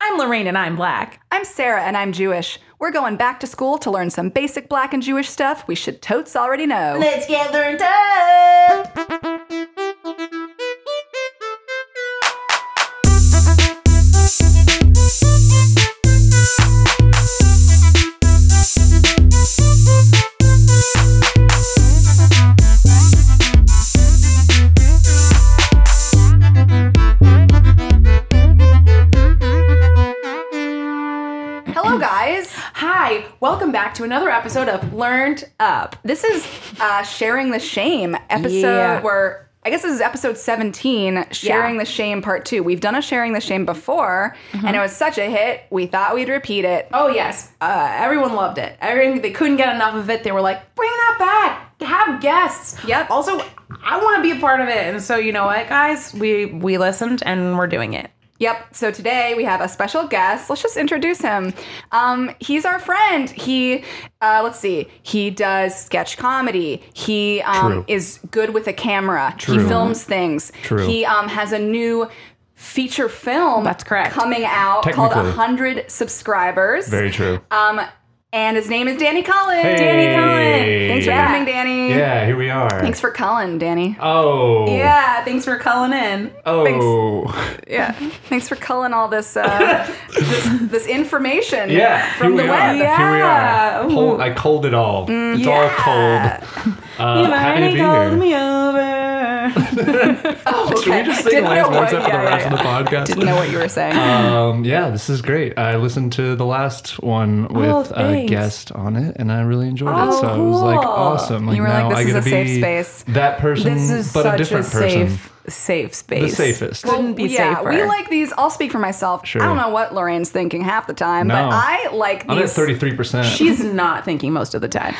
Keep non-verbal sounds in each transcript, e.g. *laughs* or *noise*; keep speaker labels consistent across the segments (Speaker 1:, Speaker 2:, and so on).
Speaker 1: I'm Lorraine and I'm black.
Speaker 2: I'm Sarah and I'm Jewish. We're going back to school to learn some basic black and Jewish stuff we should totes already know.
Speaker 3: Let's get learned up.
Speaker 2: Hello, guys.
Speaker 1: Hi, welcome back to another episode of Learned Up.
Speaker 2: This is uh, Sharing the Shame episode
Speaker 1: Yeah.
Speaker 2: where I guess this is episode 17, Sharing
Speaker 1: Yeah.
Speaker 2: the Shame part two. We've done a Sharing the Shame before
Speaker 1: Mm-hmm.
Speaker 2: and it was such a hit, we thought we'd repeat it.
Speaker 1: Oh yes, uh, everyone loved it. Everyone, they couldn't get enough of it. They were like, "Bring that back! Have guests."
Speaker 2: Yep.
Speaker 1: Also, I want to be a part of it. And so, you know what, guys, we we listened and we're doing it.
Speaker 2: Yep. So today we have a special guest. Let's just introduce him. Um, he's our friend. He, uh, let's see, he does sketch comedy. He um,
Speaker 4: True.
Speaker 2: is good with a camera. He
Speaker 4: True.
Speaker 2: films things.
Speaker 4: True.
Speaker 2: He um, has a new feature film
Speaker 1: That's correct.
Speaker 2: coming out called
Speaker 4: Technically.
Speaker 2: 100 Subscribers.
Speaker 4: Very true.
Speaker 2: um, and his name is Danny Cullen. Danny
Speaker 4: Hey.
Speaker 2: Cullen. Thanks for coming, Danny.
Speaker 4: Yeah, here we are.
Speaker 2: Thanks for Cullen, Danny.
Speaker 4: Oh.
Speaker 1: Yeah, thanks for calling in.
Speaker 4: Oh.
Speaker 2: Yeah.
Speaker 1: Mm-hmm.
Speaker 2: Thanks for culling all
Speaker 1: *laughs*
Speaker 2: this uh, this, this information
Speaker 4: Yeah.
Speaker 2: from the
Speaker 4: here we
Speaker 2: web. Mm,
Speaker 4: Are. Here we
Speaker 1: Yeah.
Speaker 4: are. Cold, I cold it all. It's all cold.
Speaker 2: *laughs*
Speaker 4: Uh,
Speaker 1: You
Speaker 4: happy to
Speaker 1: already
Speaker 4: be
Speaker 1: called
Speaker 4: here.
Speaker 1: me
Speaker 4: *laughs*
Speaker 1: over.
Speaker 4: Should we just sing
Speaker 2: Oh, Didn't
Speaker 4: last
Speaker 2: know
Speaker 4: words
Speaker 2: what-
Speaker 4: after
Speaker 2: yeah,
Speaker 4: the rest
Speaker 2: yeah,
Speaker 4: of the podcast?
Speaker 2: Didn't know what you were saying.
Speaker 4: Um, yeah, this is great. I listened to the last one
Speaker 1: Oh,
Speaker 4: with a
Speaker 1: thanks.
Speaker 4: guest on it, and I really enjoyed
Speaker 1: Oh,
Speaker 4: it. So it was like
Speaker 1: cool.
Speaker 4: awesome. Like
Speaker 2: You were like,
Speaker 4: now
Speaker 2: this
Speaker 4: I
Speaker 2: is
Speaker 4: get
Speaker 2: a
Speaker 4: to
Speaker 2: safe
Speaker 4: be
Speaker 2: space.
Speaker 4: that person,
Speaker 1: This is
Speaker 4: but
Speaker 1: such
Speaker 4: a different person.
Speaker 1: safe, safe
Speaker 4: The
Speaker 1: space.
Speaker 4: safest.
Speaker 1: Couldn't be
Speaker 2: yeah,
Speaker 1: safer.
Speaker 2: we like these. I'll speak for myself.
Speaker 4: Sure.
Speaker 2: I don't know what Lorraine's thinking half the time,
Speaker 4: No.
Speaker 2: but I like these.
Speaker 4: I'm at 33. percent
Speaker 1: She's not thinking most of the time.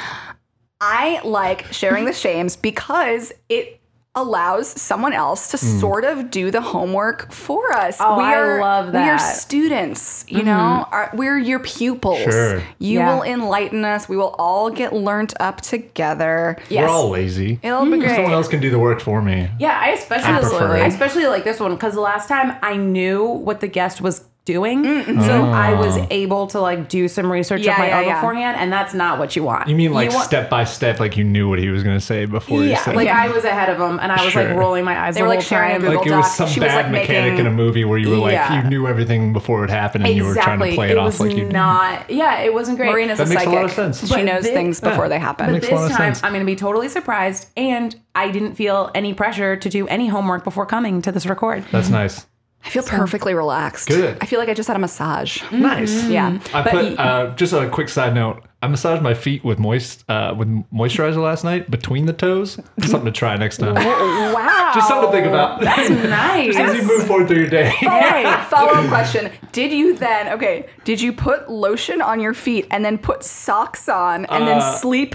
Speaker 2: I like sharing the shames because it allows someone else to
Speaker 4: Hmm.
Speaker 2: sort of do the homework for us.
Speaker 1: Oh, I
Speaker 2: are,
Speaker 1: love
Speaker 2: We are
Speaker 1: that. Mm-hmm.
Speaker 2: students, you know. Our, we're your pupils.
Speaker 4: Sure.
Speaker 2: You
Speaker 1: Yeah.
Speaker 2: will enlighten us. We will all get learnt up together.
Speaker 4: We're all lazy.
Speaker 2: It'll be great.
Speaker 4: Someone else can do the work for me.
Speaker 1: Yeah, I especially
Speaker 4: I prefer it.
Speaker 1: I especially like this one because the last time I knew what the guest was doing, so I
Speaker 4: Oh.
Speaker 1: was able to like do some research
Speaker 2: Yeah,
Speaker 1: of my
Speaker 2: yeah,
Speaker 1: own
Speaker 2: yeah.
Speaker 1: beforehand, and that's not what you want.
Speaker 4: You mean like
Speaker 1: want-
Speaker 4: step by step, like you knew what he was gonna say before he
Speaker 1: Yeah,
Speaker 4: said
Speaker 1: like
Speaker 4: it?
Speaker 1: I was ahead of him, and I was like
Speaker 4: Sure.
Speaker 1: rolling my eyes.
Speaker 2: They
Speaker 1: the
Speaker 2: were, like,
Speaker 1: whole
Speaker 2: sharing a
Speaker 1: time.
Speaker 2: Google
Speaker 4: Like it was
Speaker 2: Doc.
Speaker 4: some
Speaker 2: She was,
Speaker 4: bad
Speaker 2: like,
Speaker 4: mechanic
Speaker 2: making-
Speaker 4: in a movie where you were
Speaker 1: Yeah.
Speaker 4: like you knew everything before it happened and you were trying to
Speaker 1: exactly,
Speaker 4: play it, off
Speaker 1: was
Speaker 4: like you did.
Speaker 1: not. Yeah, it wasn't great.
Speaker 2: Marina's
Speaker 4: That
Speaker 2: a
Speaker 4: makes a
Speaker 2: psychic.
Speaker 4: lot of sense.
Speaker 2: She
Speaker 1: But
Speaker 2: knows
Speaker 1: thi-
Speaker 2: things
Speaker 4: yeah.
Speaker 2: before they
Speaker 1: But
Speaker 2: happen.
Speaker 4: Makes a lot
Speaker 1: this
Speaker 4: of
Speaker 1: time,
Speaker 4: sense.
Speaker 1: I'm going to be totally surprised, and I didn't feel any pressure to do any homework before coming to this record.
Speaker 4: That's nice.
Speaker 2: I feel perfectly relaxed.
Speaker 4: Good.
Speaker 2: I feel like I just had a massage.
Speaker 1: Mm-hmm.
Speaker 4: Nice.
Speaker 2: Yeah.
Speaker 4: I
Speaker 1: But
Speaker 4: put
Speaker 1: you-
Speaker 4: uh, just a quick side note. I massaged my feet with moist uh, with moisturizer last night between the toes. Something to try
Speaker 1: *laughs*
Speaker 4: next time.
Speaker 2: Wow.
Speaker 4: just something to think about.
Speaker 1: That's nice.
Speaker 4: *laughs* As you move forward through your day.
Speaker 2: Hey, *laughs* follow up question. Did you then, okay, did you put lotion on your feet and then put socks on and
Speaker 4: Uh,
Speaker 2: then sleep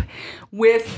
Speaker 2: with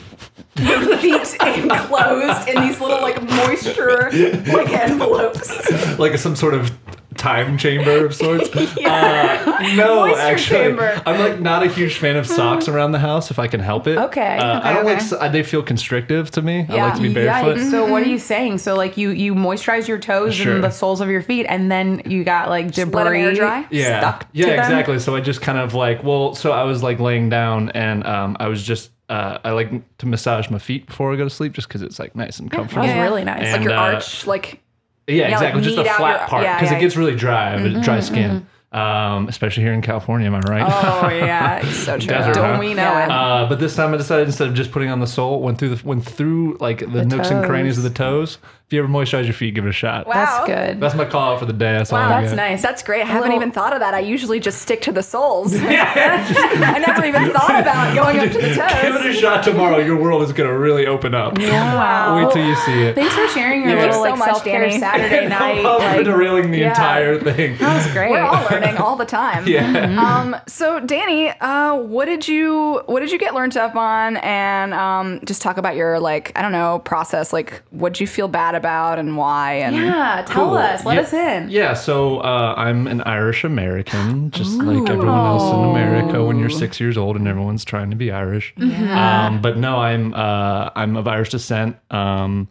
Speaker 2: your feet *laughs* enclosed in these little like moisture like envelopes?
Speaker 4: like some sort of time chamber of sorts. uh, no,
Speaker 2: Moisture
Speaker 4: actually,
Speaker 2: chamber.
Speaker 4: I'm like not a huge fan of socks around the house if I can help it.
Speaker 1: Okay.
Speaker 4: uh,
Speaker 2: Okay,
Speaker 4: I don't like
Speaker 2: okay.
Speaker 4: so- uh, they feel constrictive to me. I like to be
Speaker 1: Yeah,
Speaker 4: barefoot.
Speaker 1: So
Speaker 2: Mm-hmm.
Speaker 1: what are you saying? So like you you moisturize your toes
Speaker 4: Sure.
Speaker 1: and the soles of your feet, and then you got like debris.
Speaker 2: Let them air dry.
Speaker 4: yeah,
Speaker 1: stuck
Speaker 4: yeah,
Speaker 1: to them?
Speaker 4: exactly. So I just kind of like, well, so I was like laying down and um, I was just uh, I like to massage my feet before I go to sleep just because it's like nice and comfortable.
Speaker 1: Yeah. really nice.
Speaker 2: Like
Speaker 4: And,
Speaker 2: your
Speaker 4: uh,
Speaker 2: arch, like
Speaker 4: Yeah,
Speaker 2: Yeah, like,
Speaker 4: exactly. just
Speaker 2: knead
Speaker 4: the
Speaker 2: out
Speaker 4: flat
Speaker 2: your-
Speaker 4: part
Speaker 2: yeah,
Speaker 4: because
Speaker 2: yeah. Mm-hmm,
Speaker 4: it gets really dry, dry skin, um, especially here in California. Am I right?
Speaker 1: Oh
Speaker 4: *laughs*
Speaker 1: yeah,
Speaker 2: so true.
Speaker 4: Desert,
Speaker 1: don't
Speaker 4: huh?
Speaker 1: we know
Speaker 2: Yeah.
Speaker 1: it?
Speaker 4: Uh, but this time I decided instead of just putting on the sole, went through the went through like the, nooks and crannies of the toes. If you ever moisturize your feet, give it a shot.
Speaker 2: Wow.
Speaker 1: That's good.
Speaker 4: That's my call out for the day. That's all I
Speaker 1: That's
Speaker 4: got.
Speaker 1: nice.
Speaker 2: That's great. I haven't
Speaker 1: little-
Speaker 2: even thought of that. I usually just stick to the
Speaker 4: *laughs*
Speaker 2: soles. *laughs* I never even thought about going up to
Speaker 4: *laughs*
Speaker 2: the
Speaker 4: Give
Speaker 2: toes.
Speaker 4: it a shot tomorrow. Your world is gonna really open up.
Speaker 1: wow.
Speaker 4: *laughs* Wait till you see it.
Speaker 1: Thanks for sharing your
Speaker 4: Yeah.
Speaker 1: little like
Speaker 2: Thanks so much,
Speaker 1: self care
Speaker 2: Danny.
Speaker 4: *laughs*
Speaker 1: Saturday night.
Speaker 4: I'm
Speaker 1: like,
Speaker 4: derailing the
Speaker 1: yeah.
Speaker 4: entire thing.
Speaker 1: That was great.
Speaker 2: We're all learning all
Speaker 4: *laughs*
Speaker 2: the time.
Speaker 4: Yeah.
Speaker 2: Um, so Danny, uh, what did you what did you get learned up on? And um, just talk about your like I don't know process. Like what did you feel bad about and why? And
Speaker 1: yeah, tell
Speaker 4: Cool.
Speaker 1: us. Let
Speaker 4: Yeah-
Speaker 1: us in.
Speaker 4: Yeah, so uh, I'm an Irish American, just like everyone else in America. When you're six years old and everyone's trying to be Irish,
Speaker 1: Mm-hmm.
Speaker 4: um, but no, I'm uh, I'm of Irish descent. Um,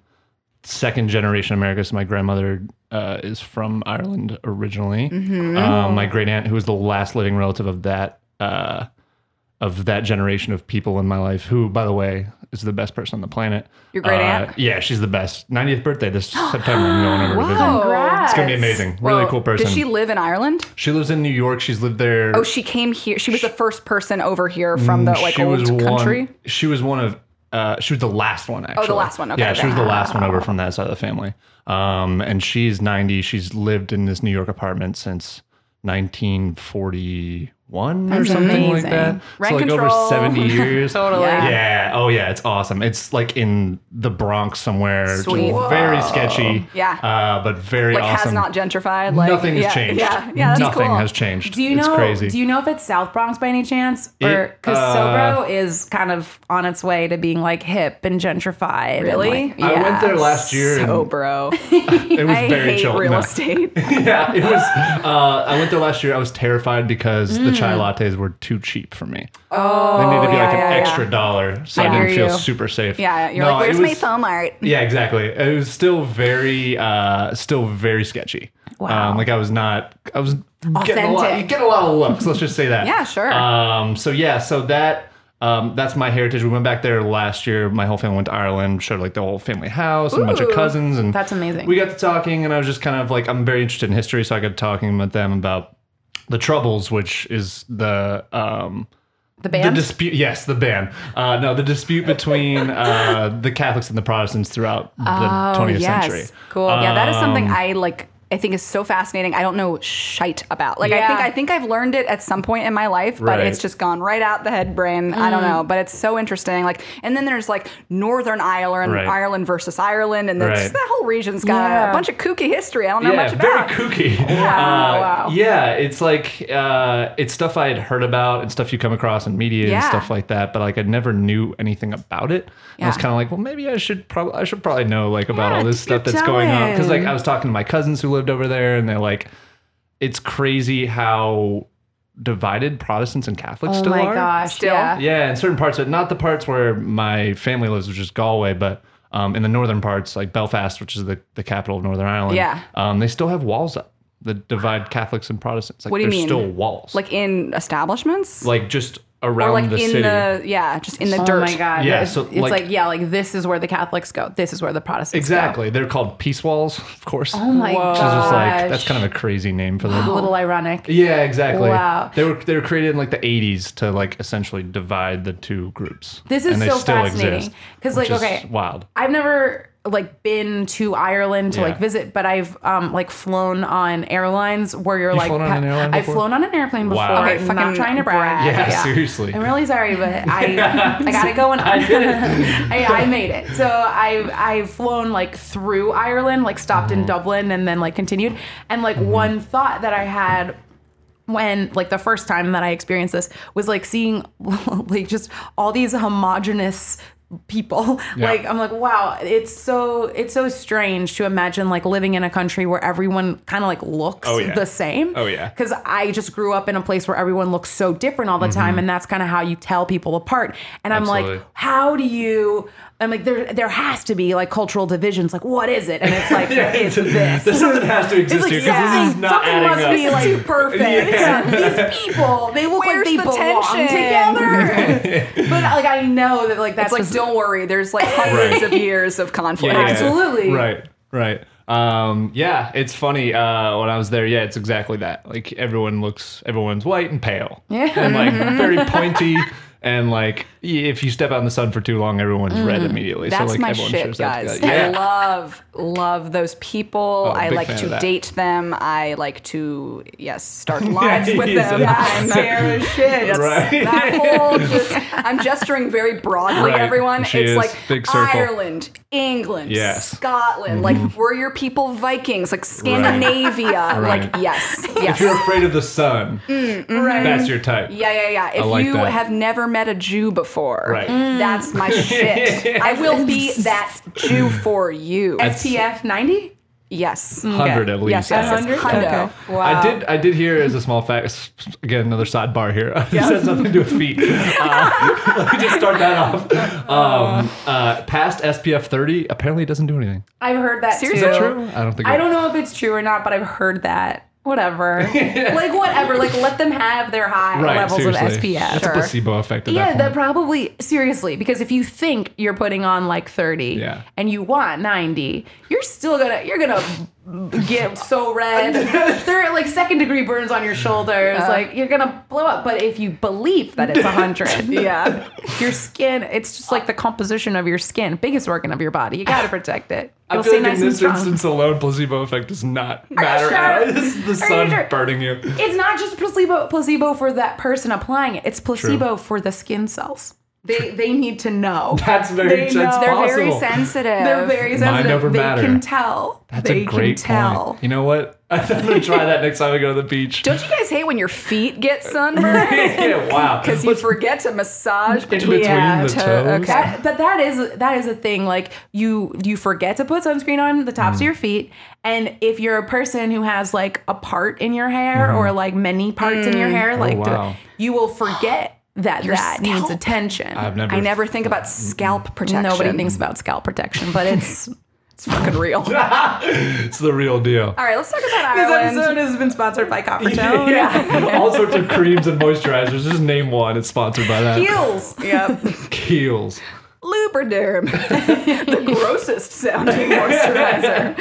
Speaker 4: second generation America. So my grandmother uh, is from Ireland originally.
Speaker 1: Mm-hmm.
Speaker 4: Um, my great aunt, who was the last living relative of that uh, of that generation of people in my life, who, by the way, is the best person on the planet.
Speaker 2: Your great
Speaker 4: Uh,
Speaker 2: aunt?
Speaker 4: Yeah, she's the best. 90th
Speaker 1: *gasps*
Speaker 4: birthday this September. I'm going over to visit.
Speaker 2: Wow.
Speaker 4: It's gonna be amazing. really
Speaker 2: Well,
Speaker 4: cool person.
Speaker 2: Does she
Speaker 4: She,
Speaker 2: live in Ireland?
Speaker 4: lives in New York. She's lived there.
Speaker 2: Oh, she came here. She was the first person over here from the like old country. Oh,
Speaker 4: Mm, One, she was one of. Uh, she was the last one, actually.
Speaker 2: last one. Okay,
Speaker 4: yeah, she was the
Speaker 2: yeah.
Speaker 4: last one over from that side of the family. Um, and she's 90. She's lived in this New York apartment since 1941 or something like
Speaker 1: amazing.
Speaker 4: that.
Speaker 2: Rent
Speaker 4: so, like,
Speaker 2: control.
Speaker 4: over
Speaker 2: *laughs*
Speaker 4: 70 years.
Speaker 1: Totally.
Speaker 2: Yeah.
Speaker 4: Yeah. Oh, yeah. It's awesome. It's like in the Bronx somewhere. Just
Speaker 2: Sweet.
Speaker 4: Very sketchy.
Speaker 2: Yeah.
Speaker 4: Uh, but very
Speaker 2: Like
Speaker 4: awesome.
Speaker 2: has not gentrified. Like
Speaker 4: Nothing has
Speaker 2: yeah,
Speaker 4: changed.
Speaker 2: Yeah, yeah, that's
Speaker 4: Nothing
Speaker 2: cool.
Speaker 4: has changed.
Speaker 1: Do you
Speaker 4: it's
Speaker 1: know?
Speaker 4: crazy.
Speaker 1: Do you know if it's South Bronx by any chance? Or
Speaker 4: It,
Speaker 1: because
Speaker 4: uh,
Speaker 1: Sobro is kind of on its way to being like hip and gentrified. and,
Speaker 2: Really?
Speaker 1: like-
Speaker 4: I went there last year and-
Speaker 2: So, bro,
Speaker 4: it was
Speaker 2: I
Speaker 4: very
Speaker 2: hate
Speaker 4: chill.
Speaker 2: real
Speaker 4: No.
Speaker 2: estate.
Speaker 4: *laughs* yeah, it was. Uh, I went there last year. I was terrified because the chai lattes were too cheap for me. Oh, they needed to be like an
Speaker 2: Mm. yeah, yeah.
Speaker 4: extra dollar, so I,
Speaker 1: I
Speaker 4: didn't
Speaker 1: hear
Speaker 4: feel
Speaker 1: you.
Speaker 4: super safe.
Speaker 2: Yeah, you're
Speaker 4: No,
Speaker 2: like,
Speaker 4: it
Speaker 2: where's my
Speaker 4: was-
Speaker 2: thumb art?
Speaker 4: Yeah, exactly. It was still very, uh, still very sketchy.
Speaker 1: Wow.
Speaker 4: Um, like I was not. I was getting a lot.
Speaker 1: Authentic.
Speaker 4: You get a lot of looks. Let's just say that.
Speaker 2: Yeah, sure.
Speaker 4: Um, so yeah, so that. Um, that's my heritage. We went back there last year. My whole family went to Ireland, showed like the whole family house and a bunch of
Speaker 2: Ooh.
Speaker 4: cousins and
Speaker 1: That's amazing.
Speaker 4: we got to talking and I was just kind of like I'm very interested in history, so I got talking with them about the troubles, which is the um
Speaker 1: the band.
Speaker 4: the dispute yes, the ban. Uh no, the dispute between uh the Catholics and the Protestants throughout the twentieth century. Um,
Speaker 2: Cool. yeah, that is something I like. I think is so fascinating. I don't know shite about. Like I
Speaker 1: Yeah.
Speaker 2: think I think I've learned it at some point in my life, but
Speaker 4: Right.
Speaker 2: it's just gone right out the head brain. I
Speaker 1: Mm.
Speaker 2: don't know, but it's so interesting. Like, and then there's like Northern Ireland,
Speaker 4: Right.
Speaker 2: Ireland versus Ireland, and that's-
Speaker 4: Right.
Speaker 2: that whole region's got a
Speaker 1: Yeah.
Speaker 2: bunch of kooky history. I don't know
Speaker 4: yeah,
Speaker 2: much about.
Speaker 4: very kooky. Yeah, *laughs*
Speaker 2: Yeah. Oh, Wow.
Speaker 4: yeah, it's like uh, it's stuff I had heard about and stuff you come across in media
Speaker 2: Yeah.
Speaker 4: and stuff like that, but like I never knew anything about it. I was
Speaker 2: Yeah.
Speaker 4: kind of like, well, maybe I should probably I should probably know like about
Speaker 1: Yeah,
Speaker 4: all this
Speaker 1: keep
Speaker 4: stuff that's going on because like
Speaker 1: going.
Speaker 4: I was talking to my cousins who lived over there, and they're like, it's crazy how divided Protestants and Catholics
Speaker 1: oh
Speaker 4: still
Speaker 1: my
Speaker 4: are.
Speaker 1: gosh.
Speaker 2: Still?
Speaker 1: Yeah.
Speaker 4: Yeah, in certain parts, of it, not the parts where my family lives, which is Galway, but um, in the northern parts, like Belfast, which is the, the capital of Northern Ireland.
Speaker 2: Yeah.
Speaker 4: um, they still have walls up that divide Catholics and Protestants. Like
Speaker 2: What do you
Speaker 4: there's
Speaker 2: mean?
Speaker 4: still walls,
Speaker 2: Like in establishments,
Speaker 4: like just
Speaker 2: or
Speaker 4: around
Speaker 2: like
Speaker 4: the
Speaker 2: in
Speaker 4: city.
Speaker 2: the yeah, just in the
Speaker 1: Oh
Speaker 2: dirt.
Speaker 1: my god.
Speaker 4: Yeah,
Speaker 1: It's,
Speaker 4: so,
Speaker 1: it's
Speaker 4: like-
Speaker 1: like, yeah, like this is where the Catholics go. This is where the Protestants
Speaker 4: exactly, they're called peace walls, *laughs* of course.
Speaker 1: go. Oh my
Speaker 2: Whoa.
Speaker 1: gosh.
Speaker 4: Which is just like that's kind of a crazy name for them.
Speaker 1: a little ironic.
Speaker 4: Yeah, exactly.
Speaker 1: Wow.
Speaker 4: They were they were created in like the 80s to like essentially divide the two groups.
Speaker 1: This is
Speaker 4: and they
Speaker 1: so
Speaker 4: still
Speaker 1: fascinating.
Speaker 4: exist,
Speaker 1: 'Cause, like,
Speaker 4: which is
Speaker 1: okay.
Speaker 4: wild.
Speaker 1: I've never like been to Ireland to
Speaker 4: Yeah.
Speaker 1: like visit, but I've um like flown on airlines where you're like
Speaker 4: flown on an airline
Speaker 1: I've
Speaker 4: before?
Speaker 1: flown on an airplane before.
Speaker 4: Wow. Okay,
Speaker 1: I'm
Speaker 2: fucking
Speaker 1: not trying to brag.
Speaker 2: brag.
Speaker 4: Yeah, seriously.
Speaker 1: I'm really sorry,
Speaker 4: *laughs*
Speaker 1: but I I gotta go and *laughs* I
Speaker 4: did
Speaker 1: I, I made it. So I've I've flown like through Ireland, like stopped
Speaker 4: Mm-hmm.
Speaker 1: in Dublin and then like continued. And like one thought that I had when like the first time that I experienced this was like seeing *laughs* like just all these homogenous people *laughs*
Speaker 4: Yeah.
Speaker 1: like i'm like wow it's so it's so strange to imagine like living in a country where everyone kind of like looks
Speaker 4: Oh, yeah.
Speaker 1: the same
Speaker 4: Oh, yeah.
Speaker 1: because i just grew up in a place where everyone looks so different all the time and that's kind of how you tell people apart and i'm
Speaker 4: Mm-hmm. Absolutely.
Speaker 1: like how do you i'm like there there has to be like cultural divisions like what is it and it's
Speaker 4: *laughs*
Speaker 1: like it's this
Speaker 4: There's something that has to
Speaker 1: it's
Speaker 4: exist
Speaker 1: like
Speaker 4: here because this is
Speaker 1: something,
Speaker 4: not
Speaker 1: something
Speaker 4: adding
Speaker 1: must
Speaker 4: up.
Speaker 1: be like too perfect. *laughs* These people, they look
Speaker 2: Where's
Speaker 1: like they
Speaker 2: the
Speaker 1: belong
Speaker 2: tension? *laughs*
Speaker 1: together. but like I know that like that's
Speaker 2: It's like
Speaker 1: just-
Speaker 2: don't worry, there's
Speaker 4: *laughs*
Speaker 2: like hundreds
Speaker 4: Right.
Speaker 2: of years
Speaker 1: *laughs*
Speaker 2: of conflict.
Speaker 1: yeah. Absolutely.
Speaker 4: Right. Right. Um, yeah, it's funny. Uh, when I was there, yeah, it's exactly that. Like everyone looks, everyone's white and pale,
Speaker 1: Yeah. Mm-hmm.
Speaker 4: and like very pointy, and like y- if you step out in the sun for too long, everyone's
Speaker 1: Mm-hmm.
Speaker 4: red immediately. so
Speaker 2: That's
Speaker 4: like
Speaker 2: my
Speaker 4: everyone
Speaker 2: shit,
Speaker 4: shares that
Speaker 2: guys.
Speaker 4: together.
Speaker 2: I
Speaker 4: Yeah. Oh,
Speaker 2: love love those people. I
Speaker 4: big
Speaker 2: like
Speaker 4: fan of
Speaker 2: to
Speaker 4: that.
Speaker 2: date them. I like to yes
Speaker 4: *laughs*
Speaker 2: start lives with
Speaker 4: he's
Speaker 2: them.
Speaker 4: a- *laughs*
Speaker 2: I'm scared as shit. That's-
Speaker 4: Right.
Speaker 2: That
Speaker 4: *laughs*
Speaker 2: whole just, I'm gesturing very broadly,
Speaker 4: Right.
Speaker 2: everyone.
Speaker 4: She
Speaker 2: it's
Speaker 4: is.
Speaker 2: like
Speaker 4: Big circle.
Speaker 2: Ireland, England,
Speaker 4: Yes. Mm-hmm.
Speaker 2: Scotland. Like were your people Vikings? Like Scandinavia?
Speaker 4: Right.
Speaker 2: Like yes,
Speaker 4: If you're
Speaker 2: yes.
Speaker 4: afraid of the sun,
Speaker 1: Mm-hmm.
Speaker 4: that's your type.
Speaker 2: Yeah, yeah, yeah. If
Speaker 4: like
Speaker 2: you
Speaker 4: that.
Speaker 2: have never met a Jew before,
Speaker 4: Right.
Speaker 1: Mm-hmm.
Speaker 4: Mm.
Speaker 2: that's my shit. I will be that Jew for you.
Speaker 1: SPF ninety.
Speaker 2: Yes.
Speaker 4: hundred at
Speaker 2: Yes,
Speaker 4: least.
Speaker 2: yes, yes.
Speaker 1: hundred?
Speaker 2: Hundo. Wow.
Speaker 4: I did. I did hear as a small fact. s- s- Again, another sidebar here. *laughs* I said something to do with
Speaker 1: *laughs*
Speaker 4: feet. Uh, *laughs* let me just start that off. Um, uh, past SPF 30 apparently it doesn't do anything.
Speaker 1: I've heard that
Speaker 2: Seriously?
Speaker 1: too.
Speaker 2: Is that
Speaker 4: True. I don't think.
Speaker 1: I
Speaker 4: it-
Speaker 1: don't know if it's true or not, but I've heard that. Whatever. like whatever. Like let them have their high
Speaker 4: Right.
Speaker 1: levels
Speaker 4: seriously.
Speaker 1: of SPF.
Speaker 4: It's a
Speaker 2: Sure.
Speaker 4: placebo effect. At
Speaker 1: Yeah,
Speaker 4: that
Speaker 1: that
Speaker 4: point.
Speaker 1: probably seriously because if you think you're putting on like 30
Speaker 4: Yeah.
Speaker 1: and you want 90, you're still gonna you're gonna get so
Speaker 4: *laughs*
Speaker 1: red. there are like second degree burns on your shoulders. Like you're gonna blow up. But if you believe that it's *laughs* 100,
Speaker 2: Yeah.
Speaker 1: your skin it's just like the composition of your skin, biggest organ of your body. You gotta protect it.
Speaker 4: I
Speaker 1: You'll
Speaker 4: feel
Speaker 1: stay
Speaker 4: like
Speaker 1: nice
Speaker 4: in
Speaker 1: and
Speaker 4: this
Speaker 1: strong.
Speaker 4: instance alone, placebo effect does not
Speaker 1: *laughs*
Speaker 4: matter *laughs*
Speaker 1: sure?
Speaker 4: at all. This is the
Speaker 1: Are you
Speaker 4: sun
Speaker 1: sure?
Speaker 4: burning you.
Speaker 1: *laughs* it's not just placebo placebo for that person applying it. It's placebo for the skin cells. They they need to know.
Speaker 4: That's very.
Speaker 1: They
Speaker 4: That's
Speaker 1: know.
Speaker 4: possible.
Speaker 1: They're
Speaker 2: They're very sensitive.
Speaker 1: They're very
Speaker 4: Mind
Speaker 1: sensitive.
Speaker 4: over
Speaker 1: they
Speaker 4: matter.
Speaker 1: can tell.
Speaker 4: That's
Speaker 1: they
Speaker 4: a great
Speaker 1: can tell.
Speaker 4: point. You know what? *laughs* I'm gonna try that next time I go to the
Speaker 1: *laughs*
Speaker 4: beach.
Speaker 2: Don't you guys hate when your feet get sunburned?
Speaker 4: *laughs* yeah, wow.
Speaker 1: *laughs*
Speaker 2: Because you forget to massage between,
Speaker 4: between the
Speaker 2: to-
Speaker 4: toes.
Speaker 2: Okay.
Speaker 1: That, but that is that is a thing. Like you you forget to put sunscreen on the tops of your feet, and if you're a person who has like a part in your hair or like many parts in your hair, like
Speaker 4: wow.
Speaker 1: you will forget that that needs
Speaker 2: scalp.
Speaker 1: attention.
Speaker 4: I've never.
Speaker 2: I never think about scalp protection.
Speaker 1: Nobody thinks about scalp protection, *laughs* but it's
Speaker 2: it's fucking real.
Speaker 1: *laughs*
Speaker 2: All
Speaker 4: It's the real deal.
Speaker 2: right, let's talk
Speaker 4: *laughs*
Speaker 2: about
Speaker 1: this
Speaker 2: Ireland.
Speaker 1: episode has been sponsored by *laughs* Coppertone.
Speaker 4: All sorts of creams and moisturizers. Just name one. It's sponsored by that.
Speaker 1: Heels.
Speaker 2: Yep.
Speaker 4: Kiehl's.
Speaker 2: Lubriderm.
Speaker 4: *laughs*
Speaker 2: the grossest sounding moisturizer.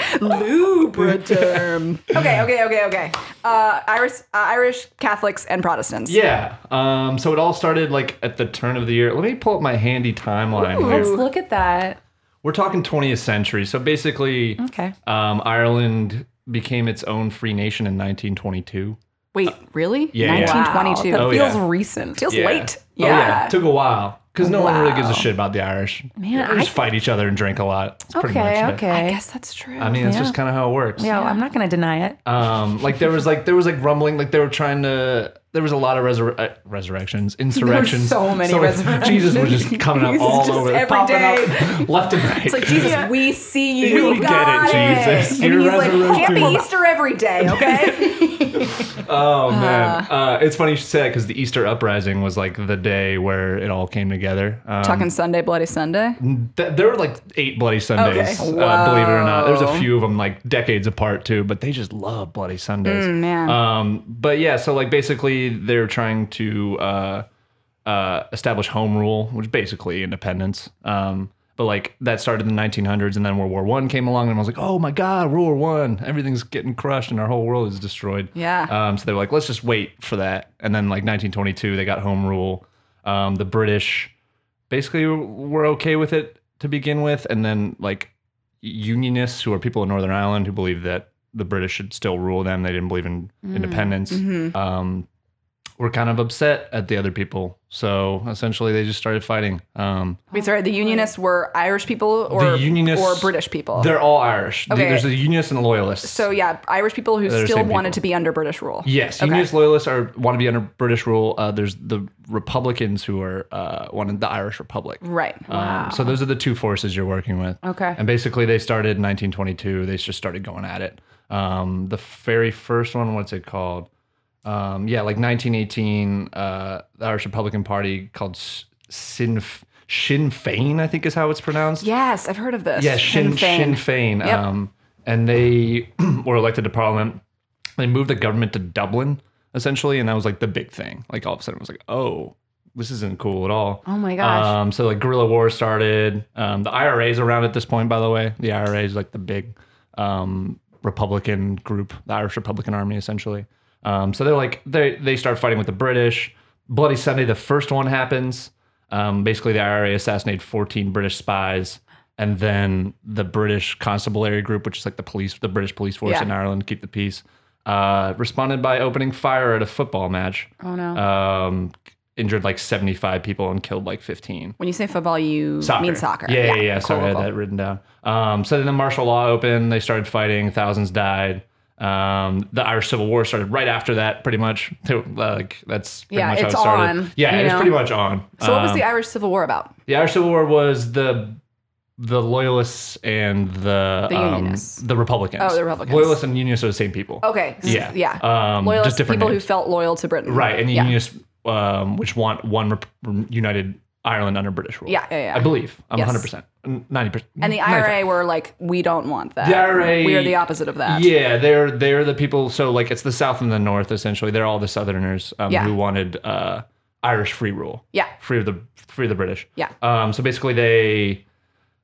Speaker 2: Lubriderm. Okay, okay, okay, okay. Uh, Irish, uh, Irish Catholics and Protestants.
Speaker 4: Yeah. Um. So it all started like at the turn of the year. Let me pull up my handy timeline
Speaker 1: Let's *laughs*
Speaker 4: here.
Speaker 1: look at that.
Speaker 4: We're talking 20th century. So basically,
Speaker 1: Okay.
Speaker 4: um, Ireland became its own free nation in 1922.
Speaker 2: Wait, really?
Speaker 4: Yeah, yeah.
Speaker 1: Wow,
Speaker 2: 1922.
Speaker 1: that
Speaker 4: Oh,
Speaker 1: feels
Speaker 4: yeah.
Speaker 1: recent.
Speaker 2: Feels
Speaker 4: Yeah.
Speaker 2: late.
Speaker 4: Oh,
Speaker 1: Yeah.
Speaker 4: Took a while because no one really gives a
Speaker 1: Wow.
Speaker 4: shit about the Irish.
Speaker 1: Man,
Speaker 4: They
Speaker 1: I-
Speaker 4: just fight each other and drink a lot. It's pretty
Speaker 1: Okay.
Speaker 4: much it.
Speaker 1: Okay.
Speaker 2: I guess that's true.
Speaker 4: I mean, that's just kind of how it works.
Speaker 1: Yeah, well, I'm not gonna deny it.
Speaker 4: um like there was like there was like rumbling like they were trying to there was a lot of resur- uh,
Speaker 2: *laughs*
Speaker 4: resurrections insurrections
Speaker 1: so many resurrections.
Speaker 4: jesus was just coming up
Speaker 2: Jesus
Speaker 4: all
Speaker 2: just
Speaker 4: over
Speaker 2: every
Speaker 4: popping
Speaker 2: day.
Speaker 4: up *laughs* left and right
Speaker 2: it's like, Jesus, we see you.
Speaker 4: You
Speaker 2: we
Speaker 4: get
Speaker 2: got
Speaker 4: it, Jesus.
Speaker 2: And
Speaker 4: You're
Speaker 2: he's like,
Speaker 4: resurrected.
Speaker 2: can't be Easter every day, okay?
Speaker 4: oh man uh, it's funny you should say that because the easter uprising was like the day where it all came together um,
Speaker 2: Talking Sunday, Bloody Sunday.
Speaker 4: th- there were like eight bloody sundays
Speaker 2: Okay.
Speaker 4: uh, believe it or not there's a
Speaker 2: Whoa.
Speaker 4: few of them like decades apart too but they just love bloody sundays
Speaker 2: Mm, Man.
Speaker 4: Um, but yeah, so like basically they're trying to uh, uh, establish home rule, which is basically independence. Um, but like that started in the 1900s, and then World War One came along, and I was like, oh my god, World War One, everything's getting crushed, and our whole world is destroyed.
Speaker 2: Yeah.
Speaker 4: Um, so they were like, let's just wait for that, and then like 1922, they got home rule. Um, the British basically were okay with it to begin with, and then like unionists who are people in Northern Ireland who believe that the British should still rule them. They didn't believe in
Speaker 2: Mm.
Speaker 4: independence.
Speaker 2: Mm-hmm.
Speaker 4: Um, were kind of upset at the other people, so essentially they just started fighting. Um,
Speaker 2: Wait, sorry. The Unionists were Irish people or
Speaker 4: the unionists
Speaker 2: or British people.
Speaker 4: They're all Irish.
Speaker 2: Okay.
Speaker 4: There's the unionists and the loyalists.
Speaker 2: So yeah, Irish people who
Speaker 4: They're the
Speaker 2: still
Speaker 4: same
Speaker 2: wanted
Speaker 4: people.
Speaker 2: to be under British rule.
Speaker 4: Yes, unionists, loyalists are want to be under British rule. Uh, there's the Republicans who are uh, wanted the Irish Republic.
Speaker 2: Right.
Speaker 4: Um, so those are the two forces you're working with.
Speaker 1: Okay.
Speaker 4: And basically, they started in 1922. They just started going at it. Um, the very first one, what's it called? Um, yeah, like 1918. Uh, the Irish Republican Party called S- Sinn F- Sinn Fein, I think is how it's pronounced.
Speaker 2: Yes, I've heard of this.
Speaker 4: Yeah, Sinn, Sinn Fein. Um, and they *clears throat* were elected to parliament. They moved the government to Dublin, essentially, and that was like the big thing. Like all of a sudden, it was like, oh, this isn't cool at all.
Speaker 1: Oh my gosh.
Speaker 4: Um, so like guerrilla war started. Um, the IRA's around at this point, by the way. The IRA is like the big um, Republican group, the Irish Republican Army, essentially. Um, so they're like they they start fighting with the British. Bloody Sunday, the first one happens. Um, basically, the IRA assassinated 14 British spies, and then the British constabulary group, which is like the police, the British police force
Speaker 2: Yeah.
Speaker 4: in Ireland, to keep the peace. Uh, responded by opening fire at a football match. Oh
Speaker 1: no.
Speaker 4: Um, injured like 75 people and killed like 15
Speaker 2: When you say football, you mean soccer.
Speaker 4: yeah, yeah, yeah. Sorry, I had
Speaker 2: cool.
Speaker 4: that written down. Um, so then the martial law opened. They started fighting. Thousands died. Um, the Irish Civil War started right after that, pretty much. *laughs* They were, Like that's pretty
Speaker 1: Yeah,
Speaker 4: much
Speaker 1: it's
Speaker 4: how it started.
Speaker 1: on,
Speaker 4: yeah,
Speaker 1: you
Speaker 4: it's
Speaker 1: know?
Speaker 4: pretty much on.
Speaker 2: So what was
Speaker 4: Um,
Speaker 2: the Irish Civil War about?
Speaker 4: the Irish Civil War was the the loyalists and the
Speaker 2: The
Speaker 4: um,
Speaker 2: Unionists.
Speaker 4: the Republicans.
Speaker 2: Oh, the Republicans.
Speaker 4: Loyalists and Unionists are the same people.
Speaker 2: Okay. s-
Speaker 4: Yeah.
Speaker 2: Yeah.
Speaker 4: Um,
Speaker 2: Loyalists,
Speaker 4: just different
Speaker 2: people
Speaker 4: names.
Speaker 2: who felt loyal to Britain.
Speaker 4: Right, and the
Speaker 2: yeah.
Speaker 4: Unionists, um, which want one rep- united Ireland under British rule.
Speaker 2: Yeah, yeah, yeah.
Speaker 4: I believe I'm
Speaker 2: Yes.
Speaker 4: 100, percent 90, percent
Speaker 2: And the IRA were like, we don't want that.
Speaker 4: The IRA
Speaker 2: We are the opposite of that.
Speaker 4: Yeah, they're they're the people. So like, it's the South and the North essentially. They're all the Southerners um,
Speaker 2: Yeah.
Speaker 4: who wanted uh, Irish free rule.
Speaker 2: Yeah.
Speaker 4: free of the free of the British.
Speaker 2: Yeah.
Speaker 4: Um, so basically, they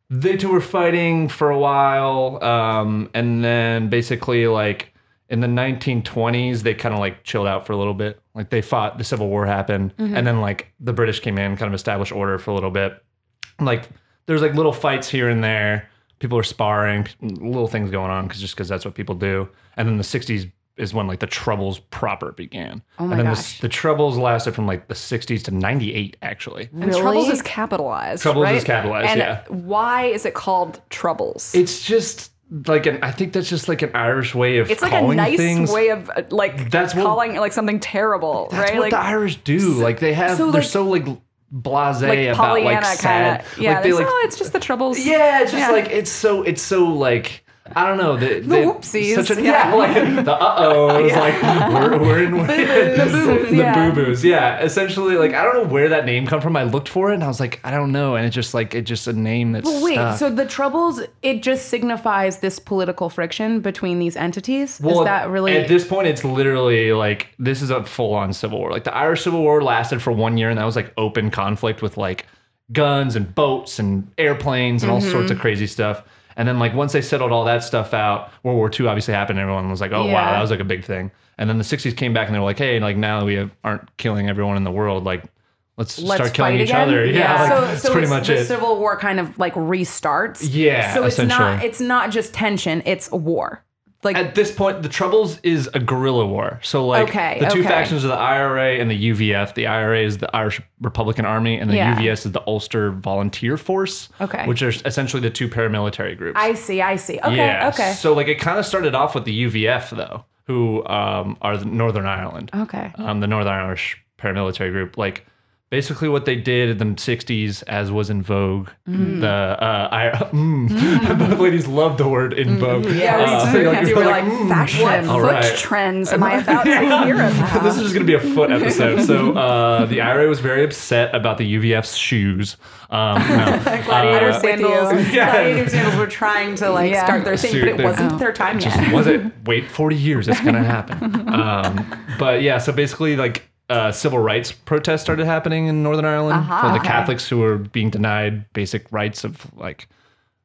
Speaker 4: they two were fighting for a while, um, and then basically like in the 1920s, they kind of like chilled out for a little bit. Like they fought, the Civil War happened,
Speaker 2: Mm-hmm.
Speaker 4: and then like the British came in, kind of established order for a little bit. Like there's like little fights here and there. People are sparring, little things going on because just because that's what people do. And then the 60s is when like the troubles proper began. Oh
Speaker 1: my
Speaker 4: and then the-
Speaker 1: gosh.
Speaker 4: the troubles lasted from like the 60s to 98 actually.
Speaker 2: And Troubles
Speaker 1: Really?
Speaker 2: is capitalized.
Speaker 4: Troubles
Speaker 2: right?
Speaker 4: is capitalized,
Speaker 2: And
Speaker 4: yeah.
Speaker 2: Why is it called Troubles?
Speaker 4: It's just like an I think that's just like an Irish way of
Speaker 2: it's like a
Speaker 4: calling
Speaker 2: nice
Speaker 4: things.
Speaker 2: way of uh, like
Speaker 4: That's what-
Speaker 2: calling it like something terrible,
Speaker 4: that's
Speaker 2: right? Like
Speaker 4: what the Irish do. like they have
Speaker 1: so,
Speaker 4: they're
Speaker 1: like-
Speaker 4: so like blasé
Speaker 2: like
Speaker 4: about like
Speaker 2: Pollyanna kind
Speaker 4: sad.
Speaker 2: of. Yeah,
Speaker 4: like
Speaker 2: they
Speaker 4: they
Speaker 2: say,
Speaker 4: like
Speaker 2: oh, it's just the Troubles.
Speaker 4: Yeah, it's just
Speaker 2: Yeah.
Speaker 4: like it's so it's so like I don't know the, the,
Speaker 2: whoopsies,
Speaker 4: Such a,
Speaker 2: yeah.
Speaker 4: yeah. like the uh ohs, like we're, we're in the
Speaker 2: boo-boos,
Speaker 4: *laughs* the
Speaker 2: yeah.
Speaker 4: boo boos, yeah. Essentially, like I don't know where that name come from. I looked for it and I was like, I don't know, and it's just like it's just a name that's
Speaker 1: Well, Oh, wait,
Speaker 4: stuck.
Speaker 1: so the troubles it just signifies this political friction between these entities.
Speaker 4: Well,
Speaker 1: is that really
Speaker 4: At this point, it's literally like this is a full-on civil war. Like the Irish Civil War lasted for one year, and that was like open conflict with like guns and boats and airplanes and
Speaker 1: Mm-hmm.
Speaker 4: all sorts of crazy stuff. And then like once they settled all that stuff out, World War II obviously happened. And everyone was like, "Oh wow,
Speaker 1: Yeah.
Speaker 4: that was like a big thing." And then the '60s came back, and they were like, "Hey, like now that we have, aren't killing everyone in the world. Like let's,
Speaker 1: let's
Speaker 4: start killing
Speaker 1: fight
Speaker 4: each
Speaker 1: again?
Speaker 4: other." *laughs* Yeah, like, that's
Speaker 1: so, so
Speaker 4: pretty
Speaker 1: it's-
Speaker 4: much
Speaker 1: the
Speaker 4: it.
Speaker 1: Civil War kind of like restarts.
Speaker 4: Yeah,
Speaker 1: So it's not
Speaker 4: essentially.
Speaker 1: it's not just tension, it's war. Like
Speaker 4: at this point, the Troubles is a guerrilla war. So like
Speaker 1: Okay,
Speaker 4: the two
Speaker 1: okay.
Speaker 4: factions are the IRA and the UVF. The IRA is the Irish Republican Army, and the
Speaker 1: Yeah.
Speaker 4: UVS is the Ulster Volunteer Force.
Speaker 1: Okay.
Speaker 4: which are essentially the two paramilitary groups.
Speaker 1: I see, I see. Okay,
Speaker 4: yeah.
Speaker 1: okay.
Speaker 4: So like it kind of started off with the UVF though, who um, are the Northern Ireland
Speaker 1: okay.
Speaker 4: um, the Northern Irish paramilitary group. Like basically what they did in the 60s, as was in vogue, the uh, I, *laughs* mm, both ladies love *laughs* the word in vogue.
Speaker 2: Mm. Yeah,
Speaker 4: Uh,
Speaker 2: we
Speaker 4: so
Speaker 2: do.
Speaker 4: you're like-
Speaker 2: you
Speaker 4: you're
Speaker 2: were
Speaker 4: like,
Speaker 2: like, fashion,
Speaker 4: All
Speaker 2: what
Speaker 4: right.
Speaker 2: trends
Speaker 4: *laughs*
Speaker 2: am I about to hear about?
Speaker 4: this is just gonna be a foot episode. So uh, the IRA was very upset about the UVF's shoes.
Speaker 2: *laughs*
Speaker 4: Um, no.
Speaker 1: Gladiator
Speaker 4: Uh,
Speaker 1: sandals. Oh.
Speaker 4: Yeah.
Speaker 1: Gladiator sandals were trying to like
Speaker 2: Yeah.
Speaker 1: start their thing,
Speaker 4: Shoot,
Speaker 1: but it
Speaker 4: they're-
Speaker 1: wasn't their time yet.
Speaker 2: *laughs*
Speaker 4: was it wait 40 years it's gonna happen um, but yeah so basically like uh, civil rights protests started happening in northern ireland for the catholics who were being denied basic rights of like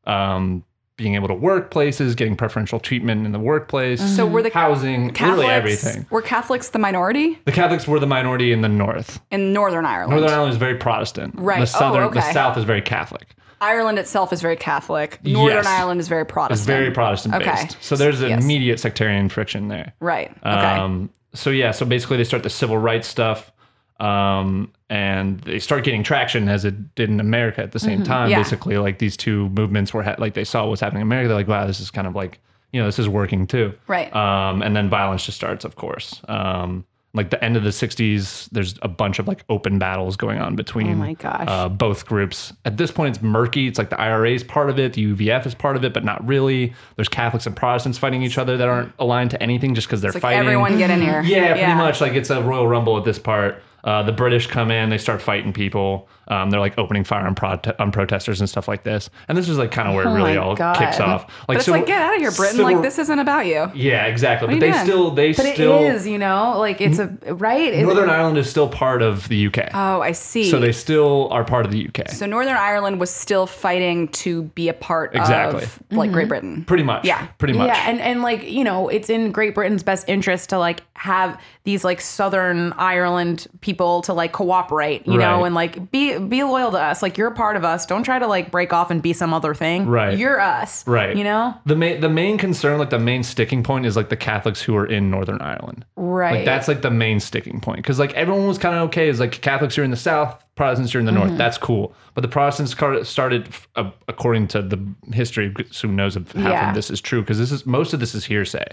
Speaker 4: um, being able to work places getting preferential treatment in the workplace
Speaker 2: So were the
Speaker 4: housing
Speaker 2: Catholics,
Speaker 4: literally everything
Speaker 2: Were Catholics the minority
Speaker 4: the catholics were the minority in the north
Speaker 2: in Northern Ireland?
Speaker 4: northern ireland is very protestant
Speaker 2: Right. Oh,
Speaker 4: the southern the
Speaker 2: okay.
Speaker 4: south is very catholic
Speaker 2: Ireland itself is very Catholic. Northern
Speaker 4: Yes.
Speaker 2: Ireland is very Protestant.
Speaker 4: it's very protestant
Speaker 2: Okay.
Speaker 4: based so there's an
Speaker 2: Yes.
Speaker 4: immediate sectarian friction there
Speaker 2: Right. Okay.
Speaker 4: Um, so yeah, so basically they start the civil rights stuff, um, and they start getting traction as it did in America at the same time.
Speaker 2: Yeah.
Speaker 4: Basically, like these two movements were ha- like they saw what's happening in America. They're like, wow, this is kind of like you know this is working too.
Speaker 2: Right.
Speaker 4: Um, and then violence just starts, of course. Um, like the end of the '60s, there's a bunch of like open battles going on between
Speaker 1: Oh my gosh.
Speaker 4: uh, both groups. At this point, it's murky. It's like the IRA is part of it, the UVF is part of it, but not really. There's Catholics and Protestants fighting each other that aren't aligned to anything just because they're
Speaker 2: like
Speaker 4: fighting.
Speaker 2: everyone get in here.
Speaker 4: Yeah, pretty much. Like it's a royal rumble at this part. Uh, the British come in, they start fighting people. Um, they're like opening fire on, prote- on protesters and stuff like this. And this is like kind of where it
Speaker 1: my
Speaker 4: really all
Speaker 1: God.
Speaker 4: kicks off.
Speaker 2: Oh
Speaker 4: Like,
Speaker 2: But it's like, get out of here, Britain. like, this isn't about you.
Speaker 4: Yeah, exactly. But
Speaker 2: you
Speaker 4: they
Speaker 2: doing?
Speaker 4: still, they
Speaker 1: but
Speaker 4: still.
Speaker 1: it is, you know, like it's a right. It-
Speaker 4: Northern Ireland is still part of the UK,
Speaker 2: Oh, I see.
Speaker 4: so they still are part of the UK.
Speaker 2: So Northern Ireland was still fighting to be a part
Speaker 4: Exactly.
Speaker 2: of like Great Britain.
Speaker 4: pretty much.
Speaker 2: Yeah.
Speaker 4: Pretty much.
Speaker 1: Yeah, and, and like, you know, it's in Great Britain's best interest to like have these like Southern Ireland people to like cooperate, you know,
Speaker 4: Right.
Speaker 1: and like be be loyal to us. Like you're a part of us. Don't try to like break off and be some other thing.
Speaker 4: Right.
Speaker 1: You're us.
Speaker 4: Right.
Speaker 1: You know?
Speaker 4: The main the main concern, like the main sticking point is like the Catholics who are in Northern Ireland.
Speaker 1: Right.
Speaker 4: Like that's like the main sticking point. Because like everyone was kind of okay. Is like Catholics are in the South, Protestants are in the
Speaker 1: Mm-hmm.
Speaker 4: North. That's cool. But the Protestants car- started, f- uh, according to the history, who knows if half
Speaker 1: Yeah.
Speaker 4: of this is true? Because this is most of this is hearsay.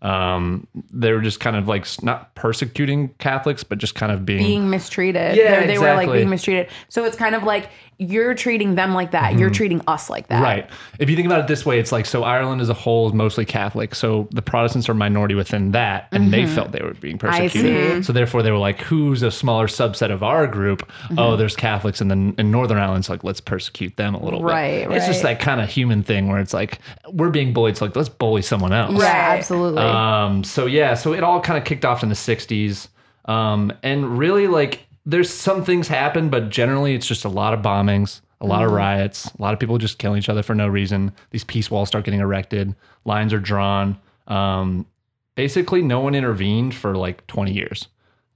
Speaker 4: Um, they were just kind of like s- not persecuting Catholics, but just kind of being,
Speaker 1: being mistreated.
Speaker 4: Yeah,
Speaker 1: they they were like
Speaker 4: exactly.
Speaker 1: being mistreated. So it's kind of like you're treating them like that. You're treating us like that.
Speaker 4: Mm-hmm. Right. If you think about it this way, it's like so Ireland as a whole is mostly Catholic, so the Protestants are a minority within that, and
Speaker 1: Mm-hmm.
Speaker 4: they felt they were being persecuted. So therefore, they were like, "Who's a smaller subset of our group? Oh,
Speaker 1: Mm-hmm.
Speaker 4: there's Catholics in the in Northern Ireland, so like let's persecute them a little
Speaker 1: Right,
Speaker 4: bit." It's just
Speaker 1: right.
Speaker 4: that kind of human thing where it's like we're being bullied, so like let's bully someone else.
Speaker 1: Yeah,
Speaker 2: Right.
Speaker 1: absolutely.
Speaker 4: Um, so yeah, so it all kind of kicked off in the '60s, um, and really like there's some things happen, but generally it's just a lot of bombings, a lot
Speaker 1: Mm-hmm.
Speaker 4: of riots, a lot of people just killing each other for no reason. These peace walls start getting erected, lines are drawn. Um, basically, no one intervened for like 20 years.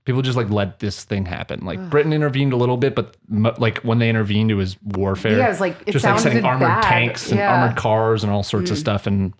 Speaker 4: People just like let this thing happen. Like Britain intervened a little bit, but mo- like when they intervened, it was warfare.
Speaker 1: Yeah, it's like- it
Speaker 4: just like sending
Speaker 1: sounded bad.
Speaker 4: armored tanks and
Speaker 1: Yeah.
Speaker 4: armored cars and all sorts
Speaker 2: Hmm.
Speaker 4: of stuff and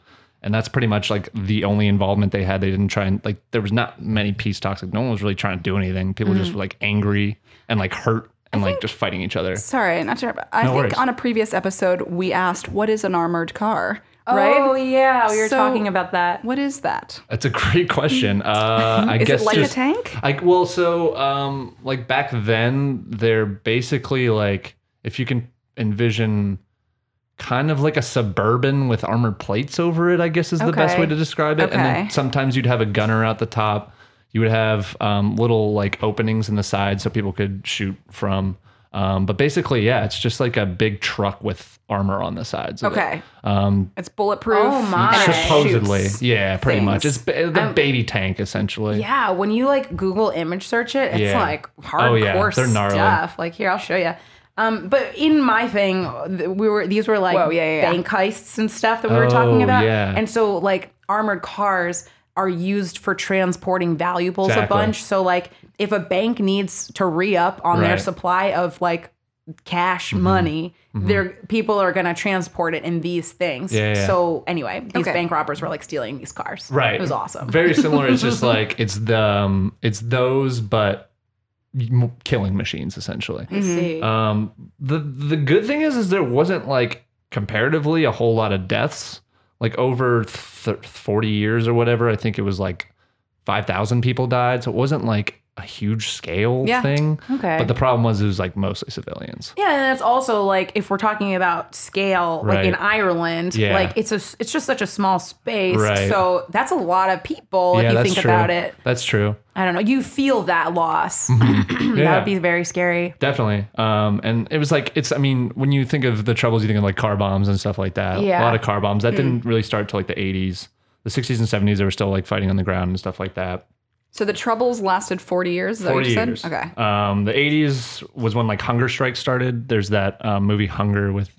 Speaker 4: and that's pretty much like the only involvement they had they didn't try and like there was not many peace talks like no one was really trying to do anything people
Speaker 2: Hmm.
Speaker 4: just were like angry and like hurt and like just fighting each other
Speaker 2: Sorry, not sure. I think
Speaker 4: worries.
Speaker 2: on a previous episode we asked what is an armored car,
Speaker 1: Oh
Speaker 2: right?
Speaker 1: yeah, we were
Speaker 2: So-
Speaker 1: talking about that.
Speaker 2: What is that?
Speaker 4: that's a great
Speaker 2: *laughs*
Speaker 4: question uh i
Speaker 2: Is
Speaker 4: guess
Speaker 2: it like
Speaker 4: just,
Speaker 2: a tank?
Speaker 4: I well, so um, like back then, they're basically like if you can envision kind of like a suburban with armored plates over it. I guess is the best
Speaker 2: Okay.
Speaker 4: way to describe it. And
Speaker 2: Okay.
Speaker 4: then sometimes you'd have a gunner out the top. You would have um, little like openings in the side so people could shoot from. Um, but basically, yeah, it's just like a big truck with armor on the sides. of it.
Speaker 2: Okay.
Speaker 4: Um,
Speaker 2: It's bulletproof.
Speaker 1: Oh my.
Speaker 2: and it
Speaker 4: supposedly,
Speaker 2: shoots.
Speaker 4: yeah, pretty much. It's
Speaker 2: things.
Speaker 4: ba- the baby tank essentially.
Speaker 1: Yeah, when you like Google image search it, it's
Speaker 4: Yeah.
Speaker 1: like hardcore
Speaker 4: Oh, yeah. They're gnarly.
Speaker 1: stuff. Like here, I'll show you. Um, but in my thing, th- we were these were like
Speaker 2: Whoa, yeah, yeah, yeah.
Speaker 1: bank heists and stuff that we were talking
Speaker 4: Oh,
Speaker 1: about,
Speaker 4: yeah.
Speaker 1: and so like armored cars are used for transporting valuables
Speaker 4: Exactly.
Speaker 1: a bunch. So like if a bank needs to re up on their
Speaker 4: Right. Mm-hmm.
Speaker 1: supply of like cash money, their people are gonna transport it in these things.
Speaker 4: Yeah, yeah.
Speaker 1: So anyway, these
Speaker 2: Okay.
Speaker 1: bank robbers were like stealing these cars.
Speaker 4: Right.
Speaker 1: It was awesome.
Speaker 4: Very similar. It's
Speaker 1: *laughs*
Speaker 4: just like it's the um, it's those but m- killing machines essentially.
Speaker 1: I see.
Speaker 4: Um, the the good thing is is there wasn't like comparatively a whole lot of deaths like over th- 40 years or whatever. I think it was like 5,000 people died, so it wasn't like a huge scale
Speaker 2: Yeah.
Speaker 4: thing.
Speaker 1: Okay.
Speaker 4: But the problem was it was like mostly civilians.
Speaker 1: Yeah, and it's also like if we're talking about scale, like in
Speaker 4: Right.
Speaker 1: Ireland,
Speaker 4: Yeah.
Speaker 1: like it's a it's just such a small space,
Speaker 4: Right.
Speaker 1: so that's a lot of people if you think about it. *clears throat*
Speaker 4: That's true.
Speaker 1: I don't know, you feel that loss. That
Speaker 4: *laughs* Yeah.
Speaker 1: would be very scary.
Speaker 4: Definitely. Um, and it was like it's. I mean, when you think of the troubles, you think of like car bombs and stuff like that.
Speaker 1: Yeah.
Speaker 4: A lot of car bombs.
Speaker 2: Hmm.
Speaker 4: That didn't really start till like the '80s, the '60s and '70s. They were still like fighting on the ground and stuff like that.
Speaker 2: So the troubles lasted 40 years, is that what
Speaker 4: Forty
Speaker 2: you said?
Speaker 4: years.
Speaker 2: Okay.
Speaker 4: Um, the '80s was when like hunger strikes started. There's that um, movie Hunger with,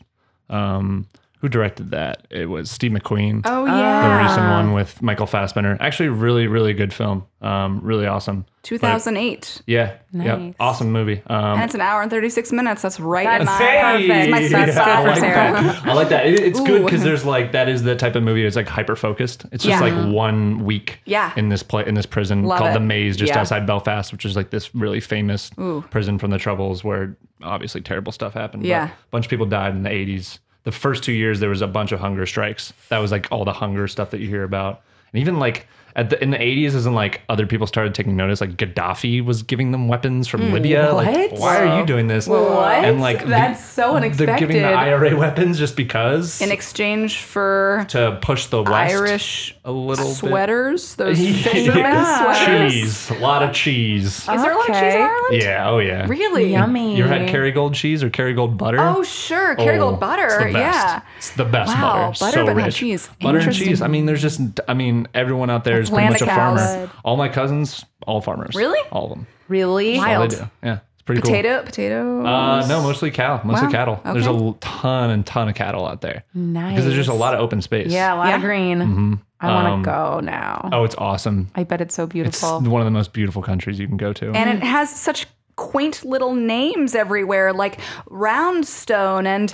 Speaker 4: um, who directed that? It was Steve McQueen.
Speaker 2: Oh
Speaker 4: The
Speaker 2: yeah.
Speaker 4: recent one with Michael Fassbender. Actually, really, really good film. Um, really awesome.
Speaker 2: 2008.
Speaker 4: Yeah.
Speaker 1: Nice.
Speaker 4: Yep. Awesome movie. Um,
Speaker 2: And it's an hour and 36 minutes. That's right in my
Speaker 1: Hey! That's my sweet
Speaker 4: Yeah,
Speaker 1: spot
Speaker 4: I
Speaker 1: for
Speaker 4: like
Speaker 1: Sarah.
Speaker 4: that. I like that. It- it's good
Speaker 2: Ooh.
Speaker 4: because there's like that is the type of movie that's like hyper focused. It's just
Speaker 1: Yeah.
Speaker 4: like one week.
Speaker 2: Yeah.
Speaker 4: In this play in this prison
Speaker 2: Love
Speaker 4: called
Speaker 2: it.
Speaker 4: the Maze, just
Speaker 2: Yeah.
Speaker 4: outside Belfast, which is like this really famous prison from the Troubles, where obviously terrible stuff happened. but
Speaker 2: Yeah.
Speaker 4: a bunch of people died in the 80s. The first two years there was a bunch of hunger strikes. That was like all the hunger stuff that you hear about, and even like. At the, in the 80s, isn't like other people started taking notice. Like Gaddafi was giving them weapons
Speaker 2: Mm,
Speaker 4: from Libya. Like,
Speaker 1: what?
Speaker 4: why are you doing this?
Speaker 1: What?
Speaker 4: And like the-
Speaker 1: That's so
Speaker 4: They're giving
Speaker 1: unexpected.
Speaker 4: the IRA weapons just because
Speaker 2: in exchange for
Speaker 4: to push the West
Speaker 2: Irish
Speaker 4: a little bit. *laughs*
Speaker 2: sweaters, those
Speaker 4: Yeah.
Speaker 2: fishermen sweaters.
Speaker 4: Cheese, a lot of cheese.
Speaker 2: Is there a lot of cheese
Speaker 1: Okay.
Speaker 2: in Ireland?
Speaker 4: Yeah, oh yeah.
Speaker 2: Really?
Speaker 1: Yummy.
Speaker 4: You ever had Kerrygold cheese or Kerrygold butter?
Speaker 2: Oh sure,
Speaker 4: Oh,
Speaker 2: Kerrygold
Speaker 4: it's the
Speaker 2: butter.
Speaker 4: best.
Speaker 2: Yeah.
Speaker 4: it's the best
Speaker 2: Wow,
Speaker 4: butter.
Speaker 2: butter,
Speaker 4: so
Speaker 2: but not
Speaker 4: rich.
Speaker 2: cheese.
Speaker 4: Butter and
Speaker 2: Interesting.
Speaker 4: cheese. I mean, there's just. I mean, everyone out there is pretty
Speaker 2: Land
Speaker 4: much a
Speaker 2: of cows.
Speaker 4: farmer. All my cousins, all farmers.
Speaker 2: Really?
Speaker 4: All of them.
Speaker 1: really
Speaker 4: All
Speaker 2: Wild.
Speaker 4: they do. Yeah, it's pretty cool.
Speaker 2: Potato, potato.
Speaker 4: Uh, no, mostly cow, mostly
Speaker 2: Wow.
Speaker 4: cattle. There's a
Speaker 2: Okay.
Speaker 4: l- ton and ton of cattle out there
Speaker 1: nice.
Speaker 4: because there's just a lot of open space.
Speaker 1: Yeah, a lot of
Speaker 2: Yeah.
Speaker 1: green. I want to
Speaker 4: Um,
Speaker 1: go now.
Speaker 4: Oh, it's awesome.
Speaker 1: I bet it's so
Speaker 4: It's
Speaker 1: beautiful.
Speaker 4: one of the most beautiful countries you can go to.
Speaker 2: and it has such quaint little names everywhere, like Roundstone
Speaker 4: *gasps*
Speaker 2: and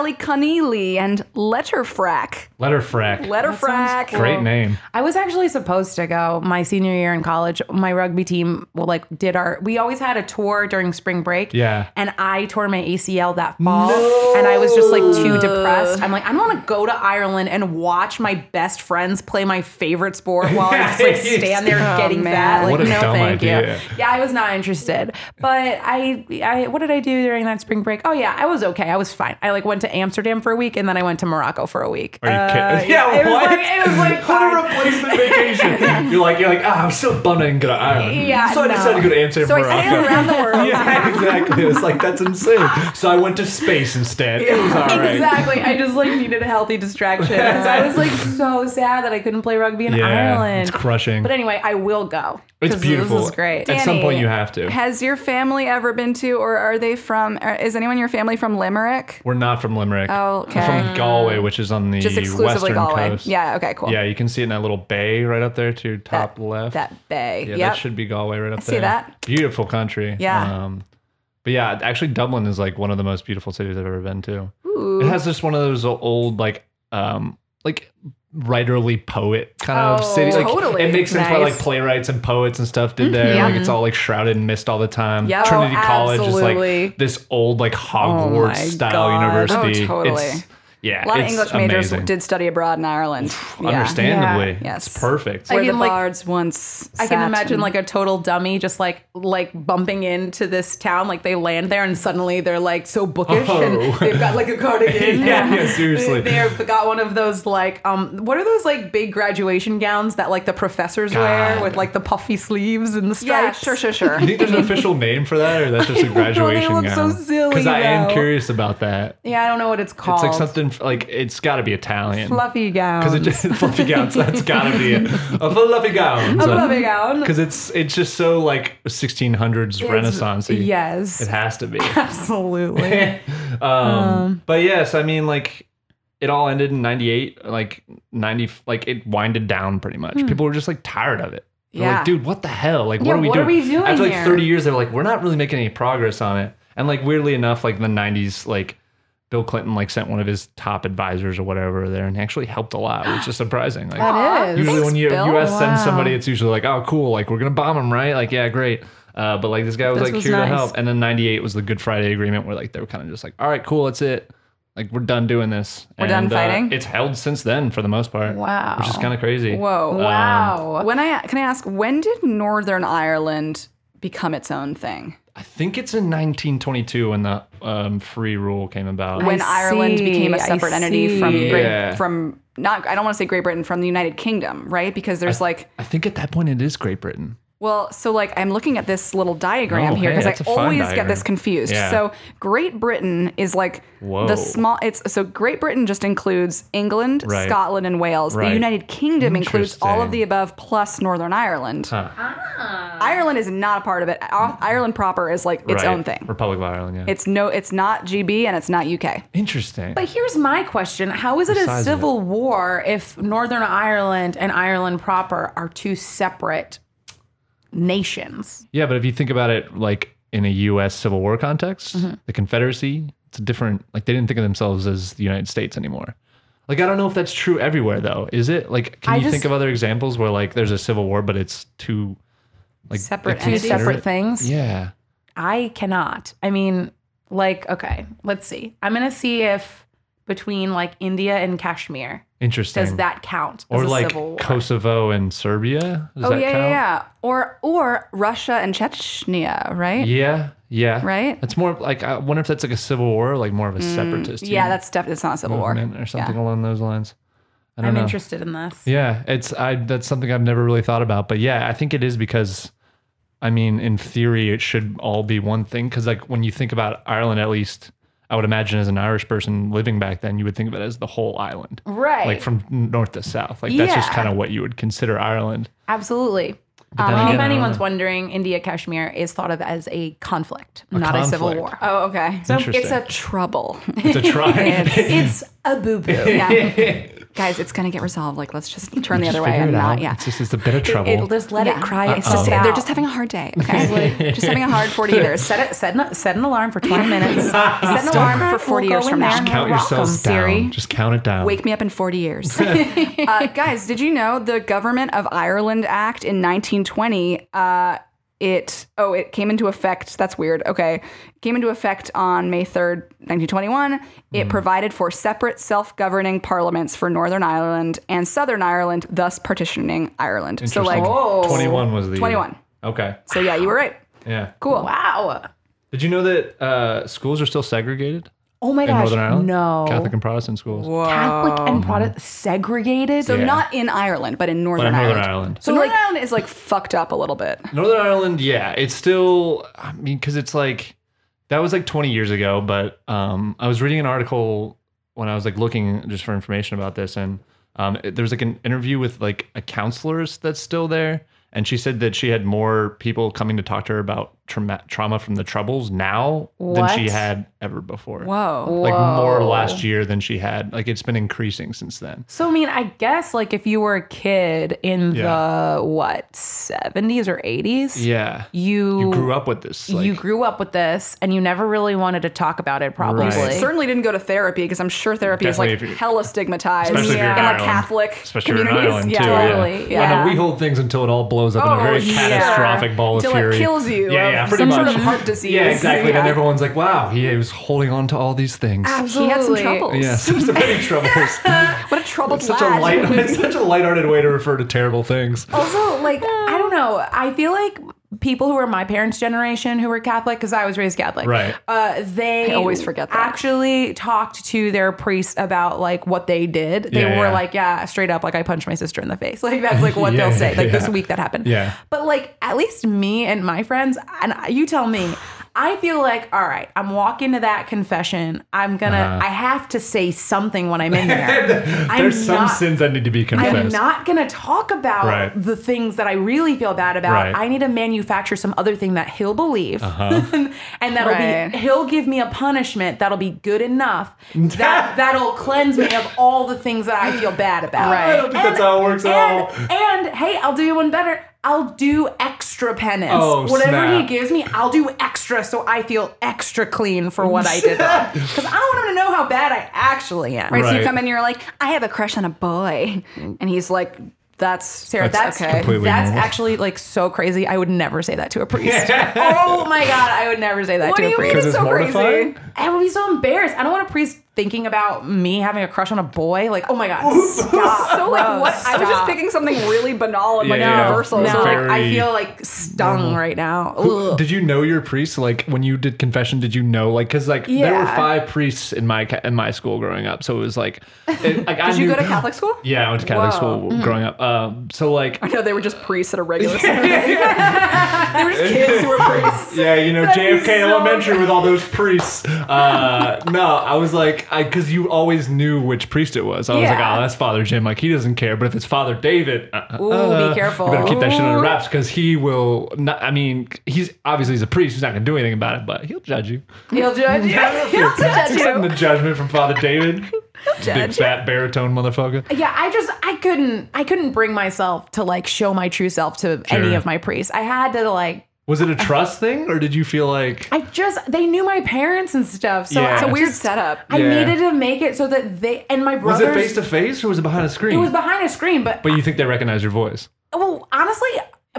Speaker 2: Ballyconneely and Letterfrack.
Speaker 4: Letterfrack.
Speaker 2: Letterfrack.
Speaker 4: Great name.
Speaker 1: I was actually supposed to go my senior year in college. My rugby team well, like did our we always had a tour during spring break.
Speaker 4: Yeah.
Speaker 1: And I tore my ACL that fall and I was just like too depressed. I'm like, I don't want to go to Ireland and watch my best friends play my favorite sport while I
Speaker 4: *laughs*
Speaker 1: just like stand there
Speaker 2: Oh,
Speaker 1: getting
Speaker 2: man.
Speaker 1: fat. Like,
Speaker 4: What a
Speaker 1: no,
Speaker 4: dumb
Speaker 1: thank
Speaker 4: idea.
Speaker 1: you. Yeah, I was not interested. But I, I what did I do during that spring break? Oh yeah, I was okay. I was fine. I like went to Amsterdam for a week and then I went to Morocco for a week.
Speaker 4: Are you *laughs* kidding?
Speaker 1: Uh, yeah, it was like- it was like
Speaker 4: *laughs* what a
Speaker 1: fine.
Speaker 4: replacement
Speaker 1: *laughs*
Speaker 4: vacation. You're like you're like ah, I'm so bummed I didn't go to Ireland.
Speaker 1: Yeah,
Speaker 4: so I
Speaker 1: no.
Speaker 4: decided to go to Amsterdam.
Speaker 2: So I
Speaker 4: Morocco.
Speaker 2: sailed around the world.
Speaker 4: *laughs* yeah, exactly. It's like that's insane. So I went to space instead. It was all right.
Speaker 1: Exactly. I just like needed a healthy distraction. So I was
Speaker 4: *laughs*
Speaker 1: like so sad that I couldn't play rugby in
Speaker 4: Yeah,
Speaker 1: Ireland.
Speaker 4: it's crushing.
Speaker 1: But anyway, I will go.
Speaker 4: It's
Speaker 1: 'Cause
Speaker 4: beautiful.
Speaker 1: This is great.
Speaker 4: At some
Speaker 2: Danny,
Speaker 4: point, you have to.
Speaker 2: Has your family ever been to, or are they from? Or is anyone in your family from Limerick?
Speaker 4: We're not from Limerick.
Speaker 2: Oh,
Speaker 4: We're
Speaker 2: okay.
Speaker 4: from Galway, which is on the
Speaker 2: Just exclusively
Speaker 4: western
Speaker 2: Galway.
Speaker 4: coast.
Speaker 2: Yeah. Okay. Cool.
Speaker 4: Yeah, you can see it in that little bay right up there to top left.
Speaker 2: That bay.
Speaker 4: yeah,
Speaker 2: yep.
Speaker 4: that should be Galway right up
Speaker 2: see
Speaker 4: there.
Speaker 2: that.
Speaker 4: Beautiful country.
Speaker 2: Yeah.
Speaker 4: Um, but yeah, actually, Dublin is like one of the most beautiful cities I've ever been to. It *laughs*
Speaker 2: Mm-hmm.
Speaker 4: has just one of those old like um like writerly poet kind of
Speaker 2: Oh,
Speaker 4: city. Like,
Speaker 2: totally.
Speaker 4: It makes sense why
Speaker 2: Nice. Mm-hmm.
Speaker 4: like playwrights and poets and stuff did there.
Speaker 2: yeah.
Speaker 4: Like it's all like shrouded in mist all the time.
Speaker 2: Yeah.
Speaker 4: Trinity
Speaker 2: Oh,
Speaker 4: College is
Speaker 1: absolutely.
Speaker 4: like this old like Hogwarts
Speaker 1: my
Speaker 4: style
Speaker 1: God.
Speaker 4: university.
Speaker 2: Oh, totally.
Speaker 4: It's, yeah,
Speaker 2: a lot of
Speaker 4: it's
Speaker 2: English
Speaker 4: amazing.
Speaker 2: majors did study abroad in Ireland. Yeah.
Speaker 4: Understandably,
Speaker 2: Yeah.
Speaker 4: it's
Speaker 2: Yes.
Speaker 4: perfect.
Speaker 2: Where
Speaker 1: I
Speaker 2: the
Speaker 1: can, like-
Speaker 2: bards once.
Speaker 1: I can
Speaker 2: sat
Speaker 1: imagine
Speaker 2: and-
Speaker 1: like a total dummy just like like bumping into this town. Like they land there and suddenly they're like so bookish
Speaker 4: Oh.
Speaker 1: and they've got like a cardigan.
Speaker 4: *laughs* Yeah, yeah, seriously.
Speaker 1: They've got one of those like um what are those like big graduation gowns that like the professors wear
Speaker 4: God.
Speaker 1: with like the puffy sleeves and the
Speaker 2: Yeah.
Speaker 1: stripes?
Speaker 2: Sure. Sure. *laughs* Sure.
Speaker 4: you think there's an official name for that, or
Speaker 2: *laughs*
Speaker 4: that's just a graduation
Speaker 1: look so silly,
Speaker 4: Because I am
Speaker 1: though.
Speaker 4: curious about that.
Speaker 1: Yeah, I don't know what it's called.
Speaker 4: It's like something like it's got to be Italian.
Speaker 1: fluffy gown.
Speaker 4: Because it just *laughs* fluffy gowns. That's gotta be it. A fluffy gown.
Speaker 1: a fluffy
Speaker 4: *laughs*
Speaker 1: gown.
Speaker 4: Because it's it's just so like 1600s Renaissance.
Speaker 1: Yes. *laughs*
Speaker 4: It has to be. *laughs*
Speaker 1: Absolutely.
Speaker 4: um, but yes, I mean like it all ended in 98 like 90 like it winded down pretty much people were just like tired of it they're
Speaker 2: Yeah.
Speaker 4: like dude what the hell like
Speaker 1: Hmm. Yeah,
Speaker 4: what are we
Speaker 1: what
Speaker 4: doing
Speaker 1: are we doing
Speaker 4: after like
Speaker 1: here?
Speaker 4: 30 years they were like we're not really making any progress on it and like weirdly enough like in the 90s like bill clinton like sent one of his top advisors or whatever there and actually helped a lot which is surprising like
Speaker 2: That is.
Speaker 4: Usually,
Speaker 2: Thanks,
Speaker 4: when you,
Speaker 2: Bill.
Speaker 4: U.S. sends
Speaker 1: Wow.
Speaker 4: somebody, it's usually like, "Oh, cool! Like we're gonna bomb them, right? Like, yeah, great." Uh, but like this guy was
Speaker 1: This
Speaker 4: like
Speaker 1: was
Speaker 4: here
Speaker 1: nice.
Speaker 4: to help, and then '98 was the Good Friday Agreement, where like they were kind of just like, "All right, cool, that's it. Like we're done doing this. We're
Speaker 2: done fighting?
Speaker 4: it's held since then for the most part.
Speaker 1: Wow.
Speaker 4: which is kind of crazy.
Speaker 2: Whoa.
Speaker 1: wow.
Speaker 2: When I can I ask when did Northern Ireland become its own thing?
Speaker 4: I think it's in 1922 when the um, free rule came about.
Speaker 2: When
Speaker 1: I
Speaker 2: Ireland
Speaker 1: see,
Speaker 2: became a
Speaker 1: I
Speaker 2: separate entity from
Speaker 1: see.
Speaker 2: Great,
Speaker 4: Yeah.
Speaker 2: from not I don't want to say Great Britain from the United Kingdom, right? Because there's like
Speaker 4: I think at that point it is Great Britain.
Speaker 2: well, so like I'm looking at this little diagram
Speaker 4: Oh,
Speaker 2: here
Speaker 4: hey,
Speaker 2: because
Speaker 4: that's a
Speaker 2: I
Speaker 4: fun
Speaker 2: always get
Speaker 4: diagram.
Speaker 2: this confused.
Speaker 4: Yeah.
Speaker 2: So Great Britain is like
Speaker 4: Whoa.
Speaker 2: the small. It's so Great Britain just includes England,
Speaker 4: Right.
Speaker 2: Scotland, and Wales. The
Speaker 4: Right.
Speaker 2: United Kingdom includes all of
Speaker 4: Interesting.
Speaker 2: the above plus Northern Ireland.
Speaker 4: Huh.
Speaker 2: Ireland is not a part of it. Ar- Ireland proper is like its
Speaker 4: Right.
Speaker 2: own thing.
Speaker 4: Republic of Ireland. Yeah.
Speaker 2: It's no, it's not GB and it's not UK.
Speaker 4: interesting.
Speaker 1: But here's my question How is it
Speaker 4: size
Speaker 1: a
Speaker 4: of
Speaker 1: civil war if Northern Ireland and Ireland proper are two separate nations?
Speaker 4: Yeah, but if you think about it, like in a U.S. Civil War context, the Confederacy, it's a different. Like they didn't think of themselves as the United States anymore. Like I don't know if that's true everywhere though. Is it like? Can
Speaker 1: I
Speaker 4: you
Speaker 1: just-
Speaker 4: think of other examples where like there's a civil war, but it's two like they
Speaker 2: Separate
Speaker 4: consider
Speaker 2: entities.
Speaker 1: Separate
Speaker 4: it-
Speaker 1: things?
Speaker 4: Yeah,
Speaker 1: I cannot. I mean, like, okay, let's see. I'm going to see if between like India and Kashmir,
Speaker 4: interesting.
Speaker 1: does that count as
Speaker 4: or
Speaker 1: a
Speaker 4: like
Speaker 1: civil war?
Speaker 4: Kosovo and Serbia? Does
Speaker 2: Oh
Speaker 4: that
Speaker 2: yeah, yeah,
Speaker 4: count?
Speaker 2: yeah. Or or Russia and Chechnya, right?
Speaker 4: Yeah, yeah.
Speaker 2: Right?
Speaker 4: It's more like I wonder if that's like a civil war, like more of a separatist.
Speaker 2: Yeah, that's definitely it's not a civil war.
Speaker 4: movement or something along those lines. I don't
Speaker 1: I'm
Speaker 4: know.
Speaker 1: interested in this.
Speaker 4: Yeah, it's I that's something I've never really thought about, but yeah, I think it is because I mean, in theory it should all be one thing cuz like when you think about Ireland at least I would imagine as an Irish person living back then you would think of it as the whole island.
Speaker 1: Right.
Speaker 4: Like from north to south. Like that's just
Speaker 1: Yeah.
Speaker 4: kind of what you would consider Ireland.
Speaker 1: Absolutely.
Speaker 4: then
Speaker 1: Um,
Speaker 4: again,
Speaker 1: if
Speaker 4: I don't
Speaker 1: anyone's
Speaker 4: *laughs* know.
Speaker 1: wondering, India Kashmir is thought of as a conflict, not a civil
Speaker 4: conflict.
Speaker 1: war.
Speaker 2: Oh, okay.
Speaker 4: Interesting.
Speaker 1: *laughs*
Speaker 2: *laughs* it's a trouble.
Speaker 4: *laughs* It's a tribe.
Speaker 1: It's a boo boo. *laughs*
Speaker 2: yeah. guys, it's gonna get resolved. Like, let's just turn the
Speaker 4: Just
Speaker 2: other way
Speaker 4: figure
Speaker 2: and
Speaker 4: it
Speaker 2: not,
Speaker 4: out.
Speaker 2: yeah.
Speaker 4: It's just it's a bit of trouble.
Speaker 2: It, just let
Speaker 1: Yeah.
Speaker 2: it cry. It's just
Speaker 1: Uh-oh.
Speaker 2: they're just having a hard day.
Speaker 1: *laughs*
Speaker 2: Okay, just having a hard forty years.
Speaker 1: Set it. Set an, set an alarm for 20
Speaker 4: *laughs*
Speaker 1: minutes. set an
Speaker 2: Don't
Speaker 1: alarm
Speaker 2: cry.
Speaker 1: for 40
Speaker 2: We'll
Speaker 1: years
Speaker 2: go
Speaker 1: from
Speaker 2: in
Speaker 1: now.
Speaker 2: there.
Speaker 4: count
Speaker 1: Rock 'em,
Speaker 4: yourselves down.
Speaker 1: Siri.
Speaker 4: Just count it down.
Speaker 2: Wake me up in 40
Speaker 4: *laughs*
Speaker 2: years. uh, guys, did you know the Government of Ireland Act in 1920? Uh, it oh it came into effect that's weird okay It came into effect on may 3rd 1921
Speaker 4: Hmm.
Speaker 2: it provided for separate self-governing parliaments for northern ireland and southern ireland thus partitioning ireland so like
Speaker 4: Interesting. 21 was the
Speaker 2: 21.
Speaker 4: Okay.
Speaker 2: so yeah you were right
Speaker 4: Yeah.
Speaker 2: cool
Speaker 1: Wow.
Speaker 4: Did you know that uh, schools are still segregated
Speaker 1: Oh my
Speaker 4: in
Speaker 1: gosh.
Speaker 4: Northern Ireland?
Speaker 1: No.
Speaker 4: Catholic and Protestant schools.
Speaker 1: Catholic and Protestant segregated.
Speaker 2: so
Speaker 4: Yeah.
Speaker 2: not in ireland but in northern,
Speaker 4: But in Northern
Speaker 2: ireland.
Speaker 4: Ireland.
Speaker 2: so northern ireland is like fucked up a little bit
Speaker 4: Northern Ireland, yeah, it's still. I mean, because it's like that was like 20 years ago, but um, I was reading an article when I was like looking just for information about this, and um, it- there was like an interview with like a counselor that's still there, and she said that she had more people coming to talk to her about trauma, trauma from the troubles now than she
Speaker 1: What?
Speaker 4: had ever before.
Speaker 2: whoa
Speaker 4: Like more
Speaker 1: Whoa.
Speaker 4: last year than she had. Like it's been increasing since then.
Speaker 1: So I mean, I guess like if you were a kid in
Speaker 4: Yeah.
Speaker 1: the what seventies or eighties,
Speaker 4: Yeah,
Speaker 1: you
Speaker 4: you grew up with this. Like,
Speaker 1: you grew up with this, and you never really wanted to talk about it. Probably.
Speaker 4: Right. Like-
Speaker 2: certainly didn't go to therapy because I'm sure therapy
Speaker 4: Definitely
Speaker 2: is
Speaker 4: if
Speaker 2: like
Speaker 4: you-
Speaker 2: hella stigmatized
Speaker 4: Especially if you're in
Speaker 2: in like
Speaker 4: Ireland.
Speaker 2: Catholic
Speaker 4: especially in
Speaker 2: communities.
Speaker 4: Ireland
Speaker 2: yeah,
Speaker 4: too.
Speaker 1: totally, yeah.
Speaker 4: Yeah. I know we hold things until it all blows up in
Speaker 2: Oh,
Speaker 4: a very
Speaker 2: yeah.
Speaker 4: catastrophic ball of
Speaker 2: Till
Speaker 4: fury.
Speaker 2: it kills you.
Speaker 4: Yeah, yeah,
Speaker 2: of
Speaker 4: pretty
Speaker 2: some
Speaker 4: much.
Speaker 2: sort of heart disease.
Speaker 4: Yeah, exactly.
Speaker 2: Yeah. Ah,
Speaker 4: And everyone's like, "Wow, he was holding on to all these things."
Speaker 2: He had some
Speaker 1: Absolutely.
Speaker 2: troubles. *laughs*
Speaker 4: Yes, it's a many troubles.
Speaker 2: What a troubled
Speaker 4: such a
Speaker 2: lad. *laughs*
Speaker 4: light, *laughs* it's such a lighthearted way to refer to terrible things.
Speaker 2: Oh,
Speaker 4: *laughs*
Speaker 1: Also, like I don't know. I feel like people who are my parents' generation who were Catholic, because I was raised Catholic,
Speaker 4: Right.
Speaker 1: Uh, they
Speaker 2: I always forget that.
Speaker 1: Actually, talked to their priest about like what they did. They
Speaker 4: Yeah,
Speaker 1: were
Speaker 4: yeah.
Speaker 1: like, "Yeah, straight up, like I punched my sister in the face." *laughs* Like that's
Speaker 4: *laughs*
Speaker 1: like what
Speaker 4: Yeah,
Speaker 1: they'll say. Like this
Speaker 4: yeah.
Speaker 1: week that happened.
Speaker 4: Yeah.
Speaker 1: But like at least me and my friends, and you tell me. I feel like, all right, I'm walking to that confession. I'm gonna,
Speaker 4: Uh-huh.
Speaker 1: I have to say something when I'm in there.
Speaker 4: *laughs*
Speaker 1: I'm
Speaker 4: There's some
Speaker 1: not-
Speaker 4: sins that need to be confessed.
Speaker 1: I'm not going to talk about
Speaker 4: Right.
Speaker 1: the things that I really feel bad about.
Speaker 4: Right. Uh-huh.
Speaker 1: I need to manufacture some other thing that he'll believe. *laughs* and that'll
Speaker 2: Right.
Speaker 1: be he'll give me a punishment that'll be good enough.
Speaker 4: *laughs*
Speaker 1: That that'll cleanse me of all the things that I feel bad about.
Speaker 2: Right.
Speaker 4: I don't think that's how it works at all.
Speaker 1: And, and, hey, I'll do you one better. I'll do extra penance.
Speaker 4: Oh,
Speaker 1: Whatever he
Speaker 4: snap.
Speaker 1: gives me, I'll do extra so I feel extra clean for what I did
Speaker 4: *laughs*
Speaker 1: wrong. Because I don't want him to know how bad I actually am.
Speaker 2: Right, So you
Speaker 4: Right.
Speaker 2: come in, and you're like, I have a crush on a boy, and he's like, That's
Speaker 1: Sarah, that's
Speaker 2: okay.
Speaker 1: that's,
Speaker 4: completely normal.
Speaker 1: actually like so crazy. I would never say that to a priest. *laughs* oh my god, I would never say that
Speaker 2: What
Speaker 1: to
Speaker 2: do
Speaker 1: a
Speaker 2: you mean?
Speaker 1: priest.
Speaker 4: Because
Speaker 2: It's
Speaker 4: it's
Speaker 2: so crazy.
Speaker 4: mortifying.
Speaker 1: I would be so embarrassed. I don't want a priest thinking about me having a crush on a boy. Like, oh my *laughs* god, stop.
Speaker 2: So like, what? I was just
Speaker 1: Stop.
Speaker 2: picking something really banal and like
Speaker 4: Yeah, yeah.
Speaker 2: universal.
Speaker 1: No,
Speaker 4: It's
Speaker 2: So, like,
Speaker 4: very-
Speaker 1: I feel like stung right now. Ugh.
Speaker 4: Did you know your priest? Like when you did confession, did you know? Like because like there were
Speaker 1: Yeah.
Speaker 4: five priests in my ca- in my school growing up, so it was like,
Speaker 1: *laughs*
Speaker 4: it, like I
Speaker 2: did you
Speaker 4: knew- *laughs*
Speaker 2: go to Catholic school?
Speaker 4: Yeah, I went to Catholic
Speaker 2: Whoa.
Speaker 4: school
Speaker 1: Mm-hmm.
Speaker 4: growing up. Um, so
Speaker 1: *laughs*
Speaker 4: like,
Speaker 2: No, they were just priests at a
Speaker 4: *laughs*
Speaker 2: regular seminary. *laughs* they were just kids who were priests.
Speaker 4: yeah, you know,
Speaker 1: is
Speaker 4: JFK
Speaker 1: so-
Speaker 4: Elementary with all those priests. Uh, no, I was like, I because you always knew which priest it was. I was
Speaker 1: Yeah.
Speaker 4: like, oh, that's Father Jim. Like he doesn't care. But if it's Father David, uh, uh,
Speaker 1: Ooh,
Speaker 4: uh,
Speaker 1: be careful.
Speaker 4: You better keep that shit under wraps because he will. Not, I mean, he's obviously he's a priest. He's not gonna do anything about it, but he'll judge you.
Speaker 1: He'll judge you. He'll judge you.
Speaker 4: Accepting the judgment from Father David. Big fat baritone motherfucker.
Speaker 1: *laughs* Yeah, I just I couldn't I couldn't bring myself to like show my true self to any
Speaker 4: Sure.
Speaker 1: of my priests. I had to like
Speaker 4: Was it a trust thing, or did you feel like
Speaker 1: I just they knew my parents and stuff, so
Speaker 4: Yeah.
Speaker 1: I
Speaker 2: It's a
Speaker 1: just-
Speaker 2: weird setup.
Speaker 1: I
Speaker 4: Yeah.
Speaker 1: needed to make it so that they and my
Speaker 4: was
Speaker 1: brothers.
Speaker 4: it face to face or was it behind a screen?
Speaker 1: It was behind a screen, but,
Speaker 4: but you think they recognize your voice?
Speaker 1: *laughs* well, honestly,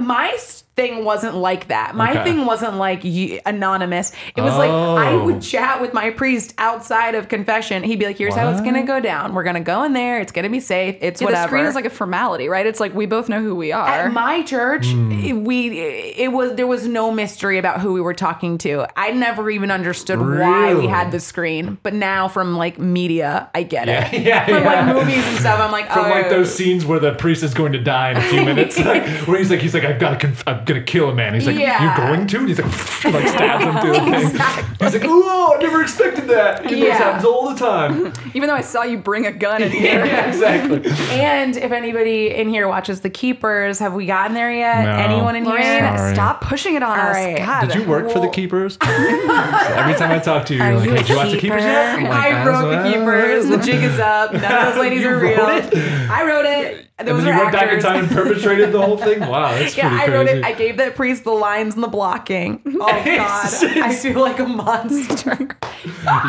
Speaker 1: my s- thing wasn't like that. My
Speaker 4: Okay.
Speaker 1: thing wasn't like y- anonymous. It was like I
Speaker 4: Oh.
Speaker 1: would chat with my priest outside of confession. He'd be like, "Here's how it's gonna
Speaker 4: What?
Speaker 1: go down. We're gonna go in there. It's gonna be safe. It's
Speaker 2: Yeah,
Speaker 1: whatever."
Speaker 2: The screen is like a formality, right? It's like we both know who we are.
Speaker 1: at my church
Speaker 4: Hmm.
Speaker 1: it- we it was there was no mystery about who we were talking to i never even understood why we
Speaker 4: Really?
Speaker 1: had the screen but now from like media i get
Speaker 4: Yeah,
Speaker 1: it
Speaker 4: *laughs* yeah,
Speaker 1: from
Speaker 4: yeah.
Speaker 1: like movies and stuff i'm like
Speaker 4: From
Speaker 1: oh *laughs*
Speaker 4: *laughs* like those scenes where the priest is going to die in a few minutes, like, where he's like, he's like, like, I've got to, conf- I'm gonna kill a man. He's like,
Speaker 2: Yeah.
Speaker 4: you're going to? And he's like, *laughs* like stabs him through the thing. He's like, whoa, I never expected that. It
Speaker 1: Yeah.
Speaker 4: happens all
Speaker 1: *laughs*
Speaker 4: the time. *laughs*
Speaker 2: Even though I saw you bring a gun in *laughs* here.
Speaker 4: yeah, exactly.
Speaker 1: And if anybody in here watches The Keepers, have we gotten there yet?
Speaker 4: No.
Speaker 1: Anyone in
Speaker 2: Lorraine,
Speaker 1: here?
Speaker 4: Sorry.
Speaker 2: stop pushing it on
Speaker 1: All
Speaker 2: us.
Speaker 1: right.
Speaker 2: God.
Speaker 4: Did you work for the
Speaker 1: Well- *laughs*
Speaker 4: keepers? Every time I talk to you, you're
Speaker 1: Are
Speaker 4: like,
Speaker 1: you
Speaker 4: hey,
Speaker 1: a
Speaker 4: did you watch the
Speaker 1: keeper?
Speaker 4: keepers yet? I'm like,
Speaker 1: I wrote
Speaker 4: "That's
Speaker 1: The
Speaker 4: *laughs*
Speaker 1: Keepers. The jig is up. None of those ladies
Speaker 4: You
Speaker 1: are real.
Speaker 4: wrote it?
Speaker 1: I wrote it.
Speaker 4: And
Speaker 1: Those
Speaker 4: then
Speaker 1: are
Speaker 4: you went back in
Speaker 1: actors.
Speaker 4: time and perpetrated the whole thing. Wow,
Speaker 1: *laughs*
Speaker 4: that's
Speaker 1: Yeah, I
Speaker 4: pretty
Speaker 1: wrote
Speaker 4: crazy.
Speaker 1: it. I gave that priest the lines and the blocking.
Speaker 2: *laughs*
Speaker 1: Oh God, I feel like a
Speaker 4: *laughs*
Speaker 1: monster.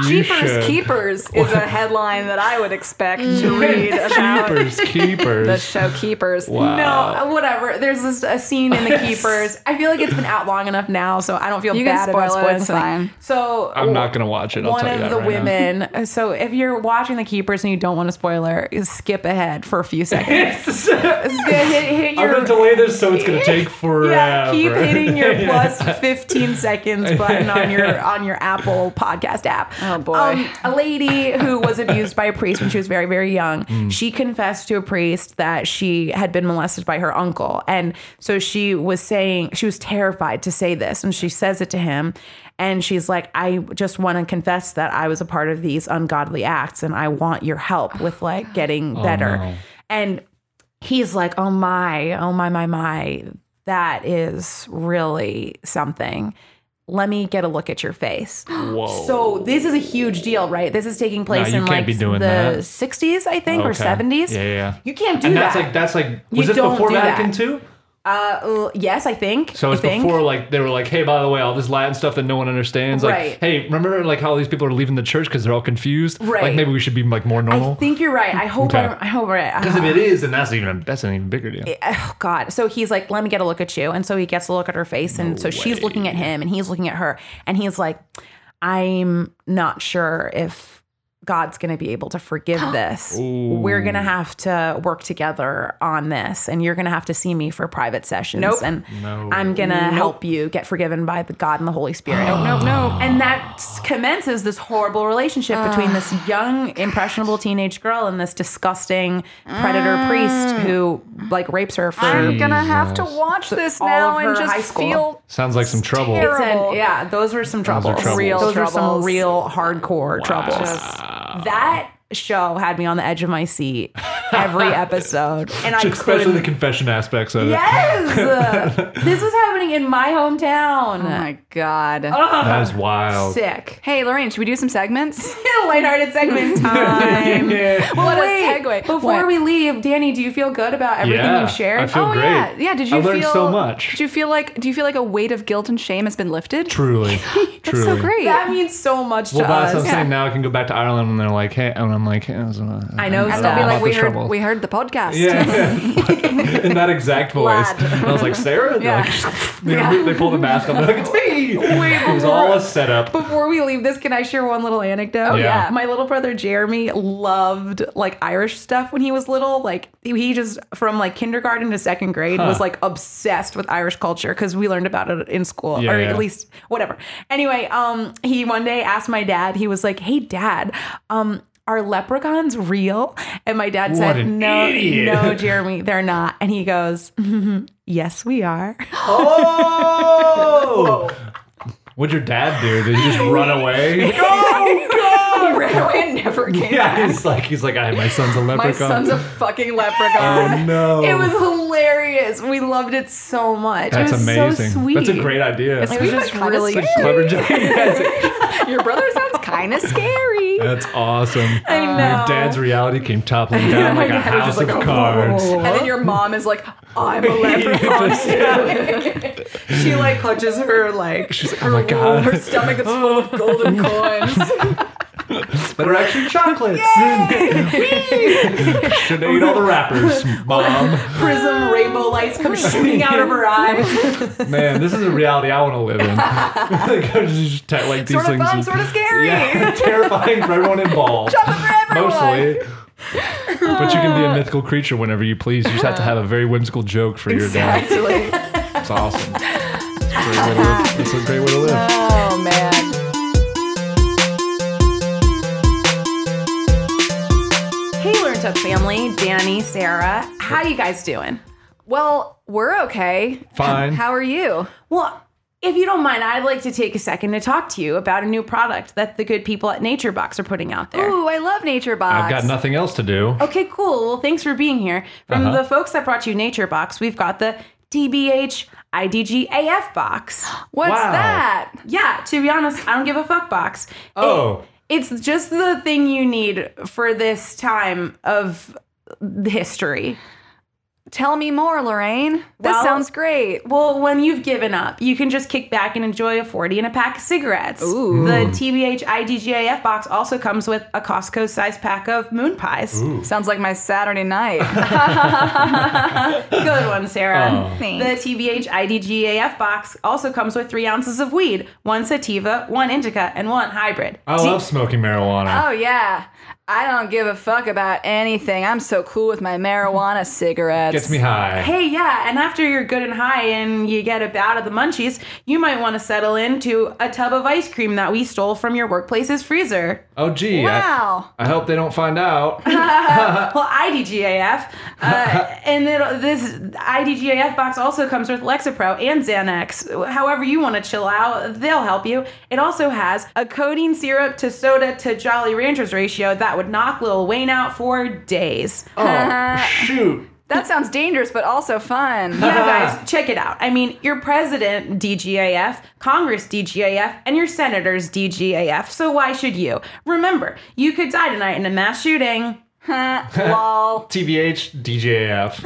Speaker 4: You
Speaker 2: Keepers,
Speaker 4: should. *laughs*
Speaker 2: Keepers is a headline that I would expect
Speaker 1: Mm.
Speaker 2: to read
Speaker 1: *laughs*
Speaker 2: about
Speaker 4: keepers, keepers.
Speaker 2: the show Keepers.
Speaker 4: Wow.
Speaker 1: No, whatever. There's this, a scene
Speaker 2: *laughs*
Speaker 1: in The Keepers. I feel like it's been out long enough now, so I don't feel
Speaker 2: You can
Speaker 1: bad about
Speaker 2: spoil it,
Speaker 1: spoiling
Speaker 2: it's
Speaker 1: something.
Speaker 2: fine.
Speaker 1: So
Speaker 4: I'm not gonna watch it. I'll
Speaker 1: one
Speaker 4: tell you
Speaker 1: of the
Speaker 4: that right now. *laughs*
Speaker 1: women. So if you're watching The Keepers and you don't want a spoiler, skip ahead for a few seconds.
Speaker 4: *laughs*
Speaker 1: hit, hit
Speaker 4: I'm
Speaker 1: your-
Speaker 4: gonna delay this, so
Speaker 1: *laughs*
Speaker 4: it's gonna take forever.
Speaker 1: Yeah, keep hitting
Speaker 4: *laughs*
Speaker 1: your plus 15 seconds button on your on your Apple podcast app. Um,
Speaker 2: Oh, boy.
Speaker 1: a lady who was abused by a priest when she was very very young.
Speaker 4: Mm.
Speaker 1: She confessed to a priest that she had been molested by her uncle, and so she was saying she was terrified to say this, and she says it to him. And she's like, I just want to confess that I was a part of these ungodly acts, and I want your help with like getting better.
Speaker 4: Oh, no.
Speaker 1: And he's like, oh my, oh my, my, my, that is really something. Let me get a look at your face. *gasps*
Speaker 4: Whoa.
Speaker 1: So this is a huge deal, right? This is taking place in
Speaker 4: you can't
Speaker 1: like
Speaker 4: be doing
Speaker 1: the
Speaker 4: that.
Speaker 1: 60s, I think, or
Speaker 4: Okay.
Speaker 1: 70s.
Speaker 4: Yeah, yeah.
Speaker 1: You can't do
Speaker 4: and
Speaker 1: that.
Speaker 4: that's like that's like was it
Speaker 1: don't
Speaker 4: before
Speaker 1: do that.
Speaker 4: Vatican II?
Speaker 1: uh, l- yes, I think.
Speaker 4: So it's
Speaker 1: I think.
Speaker 4: before like they were like, hey, by the way, all this Latin stuff that no one understands. Like,
Speaker 1: Right.
Speaker 4: hey, remember like how these people are leaving the church because they're all confused?
Speaker 1: Right.
Speaker 4: Like maybe we should be like more
Speaker 1: I
Speaker 4: normal.
Speaker 1: think you're right. I hope.
Speaker 4: Okay.
Speaker 1: I'm, I hope right.
Speaker 4: Because if it is, then that's even that's an even bigger deal.
Speaker 1: oh god so he's like let me get a look at you and so he gets a look at her face and so she's looking at him and he's looking at her and he's like i'm not sure if god's gonna be able to forgive this we're gonna have to work together on this and you're gonna have to see me for private sessions
Speaker 2: Nope.
Speaker 1: and
Speaker 4: No.
Speaker 1: i'm gonna help you get forgiven by the god and the holy spirit
Speaker 2: No, no.
Speaker 1: and that s- commences this horrible relationship between this young, impressionable teenage girl and this disgusting predator priest who like rapes her for.
Speaker 2: I'm gonna have to
Speaker 4: Jesus.
Speaker 2: watch this
Speaker 1: All
Speaker 2: now
Speaker 1: of
Speaker 2: and
Speaker 1: her
Speaker 2: just
Speaker 1: high school.
Speaker 2: feel
Speaker 4: Sounds like some trouble.
Speaker 2: terrible.
Speaker 1: It's an- yeah, those were some troubles.
Speaker 4: troubles.
Speaker 2: Real
Speaker 1: those were some
Speaker 2: troubles.
Speaker 1: real hardcore troubles.
Speaker 2: Just-
Speaker 1: That show had me on the edge of my seat
Speaker 4: *laughs*
Speaker 1: every episode, and I
Speaker 4: Especially the
Speaker 1: couldn't.
Speaker 4: confession aspects of
Speaker 1: *laughs*
Speaker 4: it.
Speaker 1: Yes, this was happening in my hometown.
Speaker 2: Oh my god.
Speaker 1: Uh,
Speaker 4: That is wild.
Speaker 1: Sick. *laughs*
Speaker 2: Hey Lorraine, should we do some segments?
Speaker 1: Lighthearted
Speaker 4: *laughs*
Speaker 1: segment time.
Speaker 2: what
Speaker 1: Wait, Before we leave, Danny, do you feel good about everything
Speaker 4: Yeah,
Speaker 1: you've shared?
Speaker 4: I feel
Speaker 2: Oh
Speaker 4: great.
Speaker 2: yeah, yeah. Did you
Speaker 4: I learned
Speaker 2: feel
Speaker 4: so much.
Speaker 2: Did you feel like? Do you feel like a weight of guilt and shame has been
Speaker 1: *laughs*
Speaker 2: lifted?
Speaker 4: Truly, truly.
Speaker 2: That's so great.
Speaker 1: that means so much to
Speaker 4: Well, that's what
Speaker 1: us.
Speaker 4: I'm saying. Now I can go back to Ireland, and they're like, "Hey," and I'm like, hey, uh,
Speaker 1: I know,
Speaker 2: and
Speaker 1: stop.
Speaker 2: they'll be like,
Speaker 1: Lots
Speaker 2: we heard, we heard the podcast. *laughs*
Speaker 4: Yeah, in that exact voice.
Speaker 2: Lad.
Speaker 4: And I was like, "Sarah," And they're like, you know, they pull the mask up. They're like, "It's me." it was all a setup.
Speaker 1: Before we leave this, can I share one little anecdote?
Speaker 4: Oh, Yeah. yeah.
Speaker 1: My little brother Jeremy loved like Irish stuff when he was little. Like he just from like kindergarten to second grade was like obsessed with Irish culture because we learned about it in school
Speaker 4: Yeah,
Speaker 1: or
Speaker 4: yeah.
Speaker 1: at least whatever. Anyway, um, he one day asked my dad. He was like, "Hey, dad, um." Are leprechauns real? And my dad
Speaker 4: What
Speaker 1: said,
Speaker 4: an
Speaker 1: "No,
Speaker 4: idiot."
Speaker 1: no, Jeremy, they're not." And he goes, "Mm-hmm, "Yes, we are."
Speaker 4: Oh! What'd your dad do? Did he just run away? go, go!
Speaker 2: and never came.
Speaker 4: Yeah, he's like, he's like, I my son's a
Speaker 2: My
Speaker 4: leprechaun.
Speaker 2: son's a fucking leprechaun.
Speaker 4: oh no!
Speaker 1: It was hilarious. We loved it so much.
Speaker 4: That's
Speaker 1: it was
Speaker 4: amazing.
Speaker 1: so sweet.
Speaker 4: That's a great idea.
Speaker 1: It was just
Speaker 2: Kinda
Speaker 1: really.
Speaker 2: sweet.
Speaker 4: It's like clever joke.
Speaker 2: *laughs* Your brother sounds kind of
Speaker 4: *laughs*
Speaker 2: scary.
Speaker 1: *laughs*
Speaker 4: That's awesome.
Speaker 1: I know.
Speaker 4: Your dad's reality came toppling down like a
Speaker 1: dad was
Speaker 4: Oh house
Speaker 1: just
Speaker 4: of
Speaker 1: like, "Oh,
Speaker 4: cards.
Speaker 2: And then your mom is like, I'm a
Speaker 4: *laughs*
Speaker 2: leprechaun.
Speaker 1: She like clutches her like
Speaker 4: She's like, oh my god,
Speaker 2: Her stomach is full
Speaker 4: *laughs*
Speaker 2: of golden coins.
Speaker 4: but are actually chocolates. *laughs* Should have ate all the
Speaker 2: *laughs*
Speaker 4: wrappers, mom.
Speaker 1: prism rainbow lights come shooting out of her eyes.
Speaker 4: Man, this is a reality I want to live in. *laughs* like, I just, te- like these
Speaker 2: sort of
Speaker 4: things.
Speaker 2: fun,
Speaker 4: are-
Speaker 2: sort of scary.
Speaker 4: *laughs* yeah, terrifying for everyone involved. Mostly. But you can
Speaker 2: Uh.
Speaker 4: be a mythical creature whenever you please. You just have to have a very whimsical joke for your
Speaker 2: *laughs*
Speaker 4: dad.
Speaker 2: Actually.
Speaker 4: It's awesome. It's a great way to live. It's a great way to live. *laughs*
Speaker 2: Oh man.
Speaker 1: Hey, Learn Up family, Danny, Sarah, how you guys doing?
Speaker 2: Well, we're okay.
Speaker 4: Fine.
Speaker 2: How are you?
Speaker 1: Well, if you don't mind, I'd like to take a second to talk to you about a new product that the good people at Nature Box are putting out there.
Speaker 2: Ooh, I love Nature Box.
Speaker 4: I've got nothing else to do.
Speaker 1: Okay, cool. Well, thanks for being here. From
Speaker 4: Uh-huh.
Speaker 1: the folks that brought you Nature Box, we've got the DBH IDGAF
Speaker 4: *gasps*
Speaker 1: box.
Speaker 2: What's
Speaker 4: Wow.
Speaker 2: that?
Speaker 1: Yeah, to be honest, I don't give a fuck box. It-
Speaker 4: Oh.
Speaker 1: it's just the thing you need for this time of history.
Speaker 2: Tell me more, Lorraine. This
Speaker 1: Well-
Speaker 2: sounds great.
Speaker 1: Well, when you've given up, you can just kick back and enjoy a 40 and a pack of cigarettes.
Speaker 2: Ooh.
Speaker 1: The TBH IDGAF box also comes with a Costco sized pack of moon pies.
Speaker 2: Sounds like my Saturday night.
Speaker 4: *laughs*
Speaker 1: Good one, Sarah.
Speaker 4: Oh.
Speaker 1: The
Speaker 2: Thanks.
Speaker 1: TBH IDGAF box also comes with three ounces of weed, one sativa, one indica, and one hybrid.
Speaker 4: Oh, I love smoking marijuana.
Speaker 2: oh yeah. I don't give a fuck about anything. I'm so cool with my marijuana cigarettes.
Speaker 4: Gets me high.
Speaker 1: Hey, yeah, and after you're good and high and you get a out of the munchies, you might want to settle into a tub of ice cream that we stole from your workplace's freezer.
Speaker 4: Oh, gee. I-
Speaker 2: Wow.
Speaker 4: I, hope they don't
Speaker 1: *laughs*
Speaker 4: find out.
Speaker 1: Well, IDGAF. Uh, and it, this IDGAF box also comes with Lexapro and Xanax. However, you want to chill out, they'll help you. It also has a codeine syrup to soda to Jolly Ranchers ratio that would knock Lil Wayne out for days.
Speaker 4: oh, shoot.
Speaker 2: That sounds dangerous, but also fun.
Speaker 4: *laughs*
Speaker 1: Yeah, guys, check it out. I mean, your president DGAF, Congress DGAF, and your senators DGAF. So why should you? Remember, you could die tonight in a mass shooting.
Speaker 2: Lol.
Speaker 1: *laughs*
Speaker 4: TBH, DJF.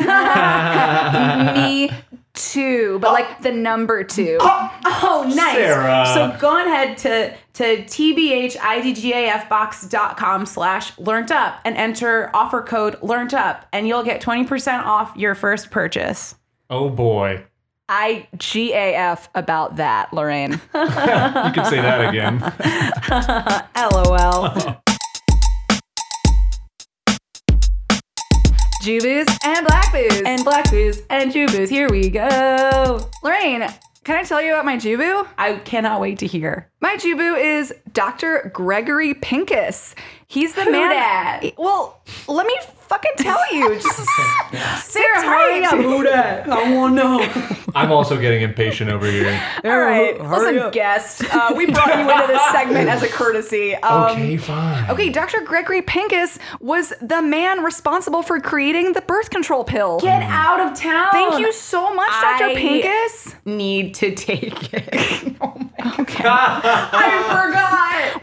Speaker 2: me too, but like the number
Speaker 4: *laughs*
Speaker 2: two.
Speaker 1: Oh, nice.
Speaker 4: Sarah.
Speaker 1: So go ahead to to tbhidgafbox.com slash learned up and enter offer code learned up and you'll get 20% off your first purchase.
Speaker 4: oh, boy.
Speaker 2: I G A F about that, Lorraine.
Speaker 4: You could say that again.
Speaker 1: *laughs*
Speaker 2: LOL. *laughs* Jubus and Black Booze.
Speaker 1: And Black Booze and Jubus, here we go.
Speaker 2: Lorraine, can I tell you about my Jubu?
Speaker 1: I cannot wait to hear.
Speaker 2: My Jubu is Dr. Gregory Pincus. He's the man.
Speaker 1: dat?
Speaker 2: Well, let me fucking tell
Speaker 1: *laughs*
Speaker 2: you. Just Sarah,
Speaker 1: Hurry
Speaker 2: hurry up.
Speaker 1: Who that? I want to *laughs* know.
Speaker 4: I'm also getting impatient over here.
Speaker 1: Um,
Speaker 2: All right, listen, guest. Uh, we brought you into this segment
Speaker 1: *laughs*
Speaker 2: as a courtesy. Um,
Speaker 4: okay, fine.
Speaker 2: Okay, Dr. Gregory Pincus was the man responsible for creating the birth control pill.
Speaker 1: Get out of town.
Speaker 2: Thank you so much, Dr.
Speaker 1: I-
Speaker 2: Pincus.
Speaker 1: Need to take
Speaker 2: *laughs*
Speaker 1: it.
Speaker 2: I forgot.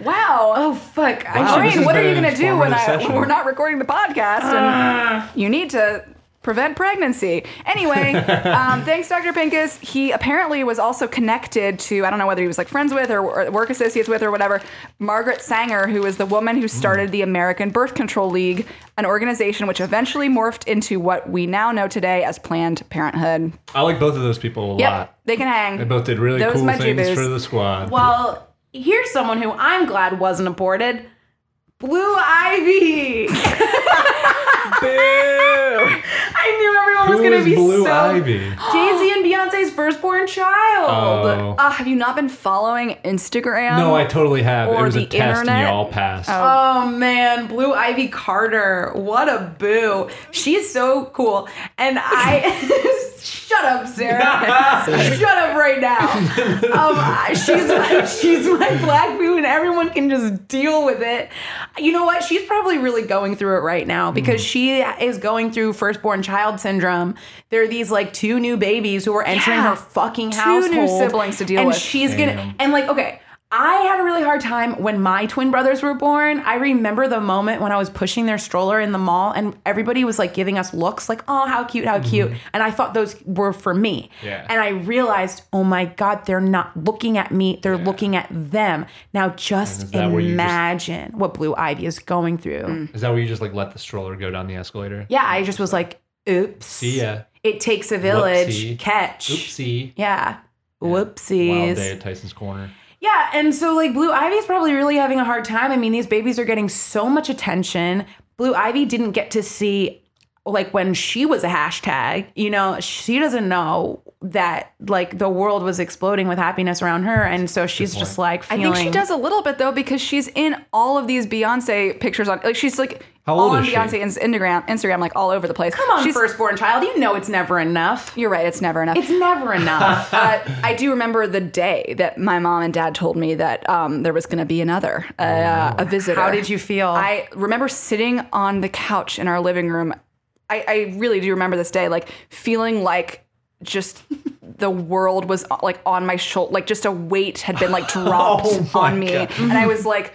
Speaker 2: Wow.
Speaker 1: oh fuck!
Speaker 4: Wow,
Speaker 1: I
Speaker 4: this
Speaker 2: Lorraine,
Speaker 4: has
Speaker 2: what are
Speaker 4: been
Speaker 2: you
Speaker 4: an
Speaker 2: going to do when, I,
Speaker 4: informative
Speaker 2: when
Speaker 4: session.
Speaker 2: we're not recording the podcast? And
Speaker 4: Uh.
Speaker 2: you need to prevent pregnancy.
Speaker 4: *laughs*
Speaker 2: Anyway, um, thanks, Dr. Pincus. He apparently was also connected to, I don't know whether he was like friends with or, or work associates with or whatever, Margaret Sanger, who was the woman who started the American Birth Control League, an organization which eventually morphed into what we now know today as Planned Parenthood.
Speaker 4: I like both of those people a lot.
Speaker 2: They can hang.
Speaker 4: They both did really
Speaker 2: Those
Speaker 4: cool
Speaker 2: my
Speaker 4: things
Speaker 2: Jubus.
Speaker 4: for the squad.
Speaker 1: well, here's someone who I'm glad wasn't aborted. Blue Ivy. *laughs*
Speaker 4: Boo!
Speaker 1: I knew everyone was
Speaker 4: Who
Speaker 1: going
Speaker 4: is
Speaker 1: to be
Speaker 4: Blue
Speaker 1: so.
Speaker 4: Ivy?
Speaker 1: Jay Z and Beyonce's firstborn child.
Speaker 4: Oh.
Speaker 2: Ah, have you not been following Instagram?
Speaker 4: no, I totally have. It
Speaker 2: or
Speaker 4: was a
Speaker 2: the
Speaker 4: test
Speaker 2: internet?
Speaker 4: and y'all passed.
Speaker 1: Oh man, Blue Ivy Carter. What a boo. She's so cool. And I *laughs* shut up,
Speaker 2: *laughs*
Speaker 1: Sarah. shut up right now. Um, I- she's my, she's my black boo and everyone can just deal with it. You know what? She's probably really going through it right now
Speaker 2: Mm.
Speaker 1: because she is going through firstborn child syndrome. There are these like two new babies who are entering
Speaker 2: Yeah.
Speaker 1: her fucking
Speaker 2: Two
Speaker 1: household.
Speaker 2: new siblings to deal
Speaker 1: and
Speaker 2: with.
Speaker 1: she's gonna
Speaker 4: Damn.
Speaker 1: and like okay i had a really hard time when my twin brothers were born i remember the moment when i was pushing their stroller in the mall and everybody was like giving us looks like oh how cute how cute and i thought those were for me
Speaker 4: Mm-hmm. Yeah.
Speaker 1: and i realized oh my god they're not looking at me they're looking at them now
Speaker 4: is
Speaker 1: just
Speaker 4: that where you just-
Speaker 1: imagine what blue ivy is going through
Speaker 4: Is that where you just like let the stroller go down the escalator?
Speaker 1: yeah i just was like oops
Speaker 4: See ya.
Speaker 1: it takes a village
Speaker 4: Whoopsie.
Speaker 1: catch
Speaker 4: Oopsie.
Speaker 1: yeah whoopsies
Speaker 4: Wild day at Tyson's Corner.
Speaker 1: Yeah, and so like Blue Ivy's probably really having a hard time. I mean, these babies are getting so much attention. Blue Ivy didn't get to see like when she was a hashtag, you know, she doesn't know that like the world was exploding with happiness around her and so she's just like
Speaker 2: I
Speaker 1: feeling
Speaker 2: think she does a little bit though because she's in all of these Beyonce pictures on like she's like
Speaker 4: How
Speaker 2: all
Speaker 4: old
Speaker 2: on
Speaker 4: is she?
Speaker 2: Beyonce and Instagram, Instagram, like all over the place.
Speaker 1: Come on,
Speaker 2: She's-
Speaker 1: firstborn child. You know it's never enough.
Speaker 2: You're right. It's never enough.
Speaker 1: It's
Speaker 2: *laughs*
Speaker 1: never enough.
Speaker 2: uh, *laughs* I do remember the day that my mom and dad told me that um, there was going to be another,
Speaker 4: Oh,
Speaker 2: uh, a visitor.
Speaker 1: How did you feel?
Speaker 2: I remember sitting on the couch in our living room. I, I really do remember this day, like feeling like just
Speaker 4: *laughs*
Speaker 2: the world was like on my shoulder, like just a weight had been
Speaker 4: *laughs*
Speaker 2: like dropped
Speaker 4: Oh my
Speaker 2: on me,
Speaker 4: God.
Speaker 2: and I was like.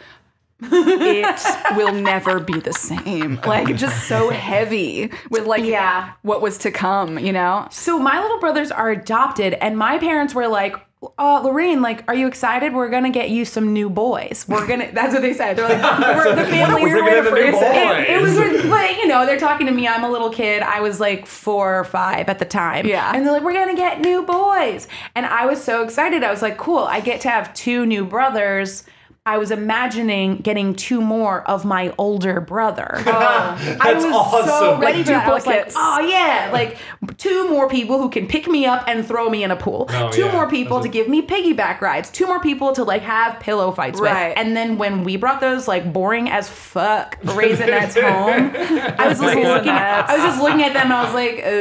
Speaker 2: it will never be the same.
Speaker 4: *laughs*
Speaker 2: Like just so heavy with like
Speaker 1: Yeah.
Speaker 2: what was to come, you know?
Speaker 1: So my little brothers are adopted, and my parents were like, uh, Lorraine, like, are you excited? We're gonna get you some new boys. We're gonna. *laughs* That's what they said. They're
Speaker 4: *laughs*
Speaker 1: like, we're, the family.
Speaker 4: We're gonna get new
Speaker 1: It, it was,
Speaker 4: boys.
Speaker 1: weird, but you know, they're talking to me. I'm a little kid. I was like four or five at the time.
Speaker 2: Yeah.
Speaker 1: And they're like, we're gonna get new boys, and I was so excited. I was like, cool. I get to have two new brothers. I was imagining getting two more of my older brother. I
Speaker 4: That's
Speaker 1: was so
Speaker 4: awesome.
Speaker 1: ready to.
Speaker 2: Oh. Like
Speaker 1: I was like,
Speaker 2: duplicates.
Speaker 1: oh Oh yeah, like two more people who can pick me up and throw me in a pool.
Speaker 4: Oh,
Speaker 1: Two
Speaker 4: yeah.
Speaker 1: more people
Speaker 4: Those
Speaker 1: to
Speaker 4: are-
Speaker 1: give me piggyback rides. Two more people to like have pillow fights
Speaker 2: Right.
Speaker 1: with. And then when we brought those like boring as fuck
Speaker 4: *laughs*
Speaker 1: raisinets home, I was just looking. At, I was just looking at them. and I was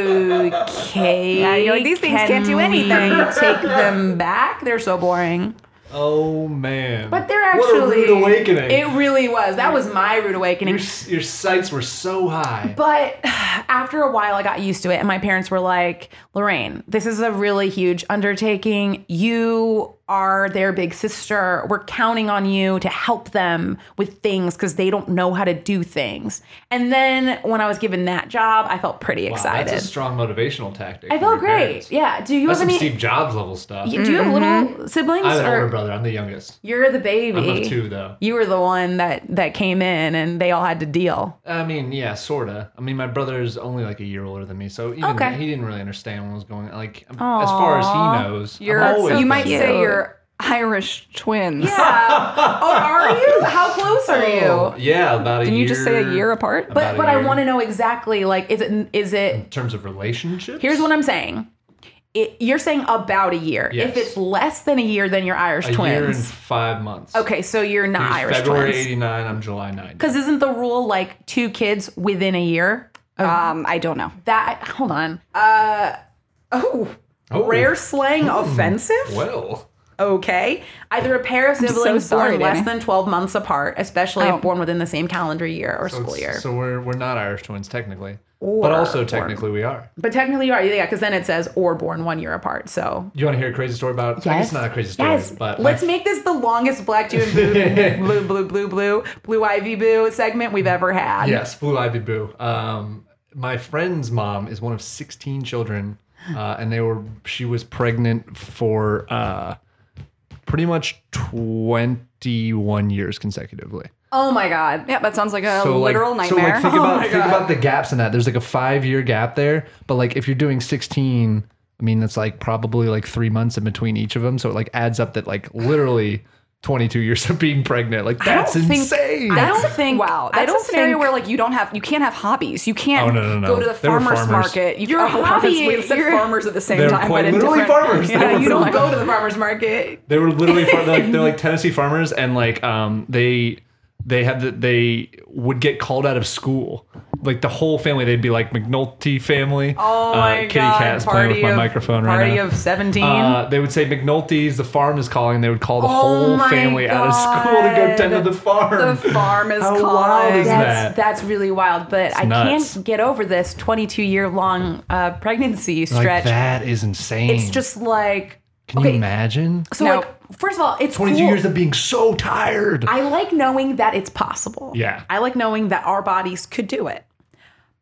Speaker 1: like, okay,
Speaker 2: Yeah, you're like, "These things
Speaker 1: can
Speaker 2: can't do
Speaker 1: we
Speaker 2: anything."
Speaker 1: take them back. They're so boring.
Speaker 4: Oh man.
Speaker 1: But they're actually
Speaker 4: what a rude awakening.
Speaker 1: It really was. That was my rude awakening.
Speaker 4: your, s- your sights were so high.
Speaker 1: But after a while, I got used to it, and my parents were like, Lorraine, this is a really huge undertaking. You are their big sister. We're counting on you to help them with things because they don't know how to do things. And then when I was given that job, I felt pretty
Speaker 4: Wow,
Speaker 1: excited.
Speaker 4: That's a strong motivational tactic.
Speaker 1: I
Speaker 4: from your
Speaker 1: felt great.
Speaker 4: parents.
Speaker 1: Yeah. Do you
Speaker 4: That's
Speaker 1: have
Speaker 4: some
Speaker 1: any?
Speaker 4: Steve Jobs level stuff.
Speaker 1: Do you have little siblings?
Speaker 4: I have an
Speaker 1: or-
Speaker 4: older brother. I'm the youngest.
Speaker 1: You're the baby.
Speaker 4: I'm of two, though.
Speaker 1: You were the one that that came in, and they all had to
Speaker 4: *laughs*
Speaker 1: deal.
Speaker 4: I mean, yeah, sorta. I mean, my brother's only like a year older than me, so he didn't,
Speaker 1: Okay.
Speaker 4: he didn't really understand what was going. Like as far as he knows,
Speaker 2: You're,
Speaker 4: I'm always
Speaker 2: you might
Speaker 4: been-
Speaker 2: say you're Irish twins.
Speaker 1: Yeah. oh, are you? How close are you?
Speaker 4: Oh, yeah, about a
Speaker 2: Didn't
Speaker 4: year.
Speaker 2: you just say a year apart?
Speaker 4: About
Speaker 1: But
Speaker 4: a
Speaker 1: but I
Speaker 4: year.
Speaker 1: want to know exactly like is it is it
Speaker 4: in terms of relationships.
Speaker 1: here's what I'm saying. It, you're saying about a year.
Speaker 4: Yes.
Speaker 1: If it's less than a year, then you're Irish
Speaker 4: a year and
Speaker 1: twins.
Speaker 4: five months.
Speaker 1: okay, so you're not
Speaker 4: He's
Speaker 1: Irish
Speaker 4: February
Speaker 1: twins.
Speaker 4: '89. I'm July 90.
Speaker 1: Because isn't the rule like two kids within a year?
Speaker 4: Oh.
Speaker 2: Um, I don't know.
Speaker 1: That hold on. Uh oh.
Speaker 4: Oh.
Speaker 1: Rare slang offensive?
Speaker 4: Well,
Speaker 1: Okay. Either a pair of siblings
Speaker 2: sorry,
Speaker 1: born less
Speaker 2: Danny.
Speaker 1: than 12 months apart, especially
Speaker 2: Oh.
Speaker 1: if born within the same calendar year or
Speaker 4: so,
Speaker 1: school
Speaker 4: it's-
Speaker 1: year.
Speaker 4: so we're we're not Irish twins technically,
Speaker 1: Or-
Speaker 4: but also
Speaker 1: or-
Speaker 4: technically we are.
Speaker 1: But technically you are, yeah, because then it says or born one year apart. So
Speaker 4: You want to hear a crazy story about? I guess it's not a crazy story,
Speaker 1: Yes.
Speaker 4: but
Speaker 1: let's
Speaker 4: my-
Speaker 1: make this the longest black Jew and
Speaker 4: *laughs*
Speaker 1: blue, blue, blue, blue, blue, blue ivy boo segment we've ever had.
Speaker 4: Yes, Blue Ivy Boo. Um, my friend's mom is one of 16 children, uh, and they were she was pregnant for uh, pretty much 21 years consecutively.
Speaker 1: Oh my god.
Speaker 2: Yeah, that sounds like a
Speaker 4: like,
Speaker 2: literal
Speaker 4: so
Speaker 2: nightmare.
Speaker 4: like think
Speaker 1: Oh
Speaker 4: about think about the gaps in that. There's like a five year gap there, but like if you're doing 16, I mean that's like probably like three months in between each of them, so it like adds up that like literally 22 years of being pregnant. Like that's insane.
Speaker 1: I don't think.
Speaker 2: Wow,
Speaker 1: I
Speaker 2: that's
Speaker 1: don't
Speaker 2: a scenario
Speaker 1: think-
Speaker 2: where like you don't have you can't have hobbies. You can't
Speaker 4: Oh, no, no, no.
Speaker 2: go to the
Speaker 4: They were
Speaker 2: farmers,
Speaker 4: farmers.
Speaker 2: market. You, *laughs*
Speaker 1: You're a
Speaker 2: oh,
Speaker 1: hobby.
Speaker 2: that's- We said
Speaker 1: You're-
Speaker 2: farmers at the same
Speaker 4: They're
Speaker 2: time,
Speaker 4: quite
Speaker 2: but in
Speaker 4: literally
Speaker 2: different-
Speaker 4: farmers. They
Speaker 2: Yeah,
Speaker 4: were
Speaker 2: you don't go.
Speaker 1: to the farmers market.
Speaker 4: They were literally far, they're, like,
Speaker 1: *laughs*
Speaker 4: they're like Tennessee farmers, and like um, they they had the, they would get called out of school. Like the whole family, they'd be like McNulty family. Uh,
Speaker 1: Oh my
Speaker 4: Kitty
Speaker 1: god.
Speaker 4: cat's playing with my microphone right
Speaker 1: party
Speaker 4: now.
Speaker 1: of seventeen.
Speaker 4: uh, they would say McNulty's, the farm is calling. They would call the whole
Speaker 1: Oh my
Speaker 4: family out of school to go tend to the farm.
Speaker 2: The farm is
Speaker 4: How
Speaker 2: calling.
Speaker 4: wild is that?
Speaker 1: that's that's really wild, but I
Speaker 4: nuts.
Speaker 1: can't get over this 22 year long uh, pregnancy
Speaker 4: *laughs* like
Speaker 1: stretch.
Speaker 4: that is insane.
Speaker 1: it's just like
Speaker 4: can you imagine?
Speaker 1: so
Speaker 2: No.
Speaker 1: like first of all, it's
Speaker 4: Twenty two
Speaker 1: cool.
Speaker 4: years of being so tired.
Speaker 1: I like knowing that it's possible.
Speaker 4: Yeah.
Speaker 1: I like knowing that our bodies could do it.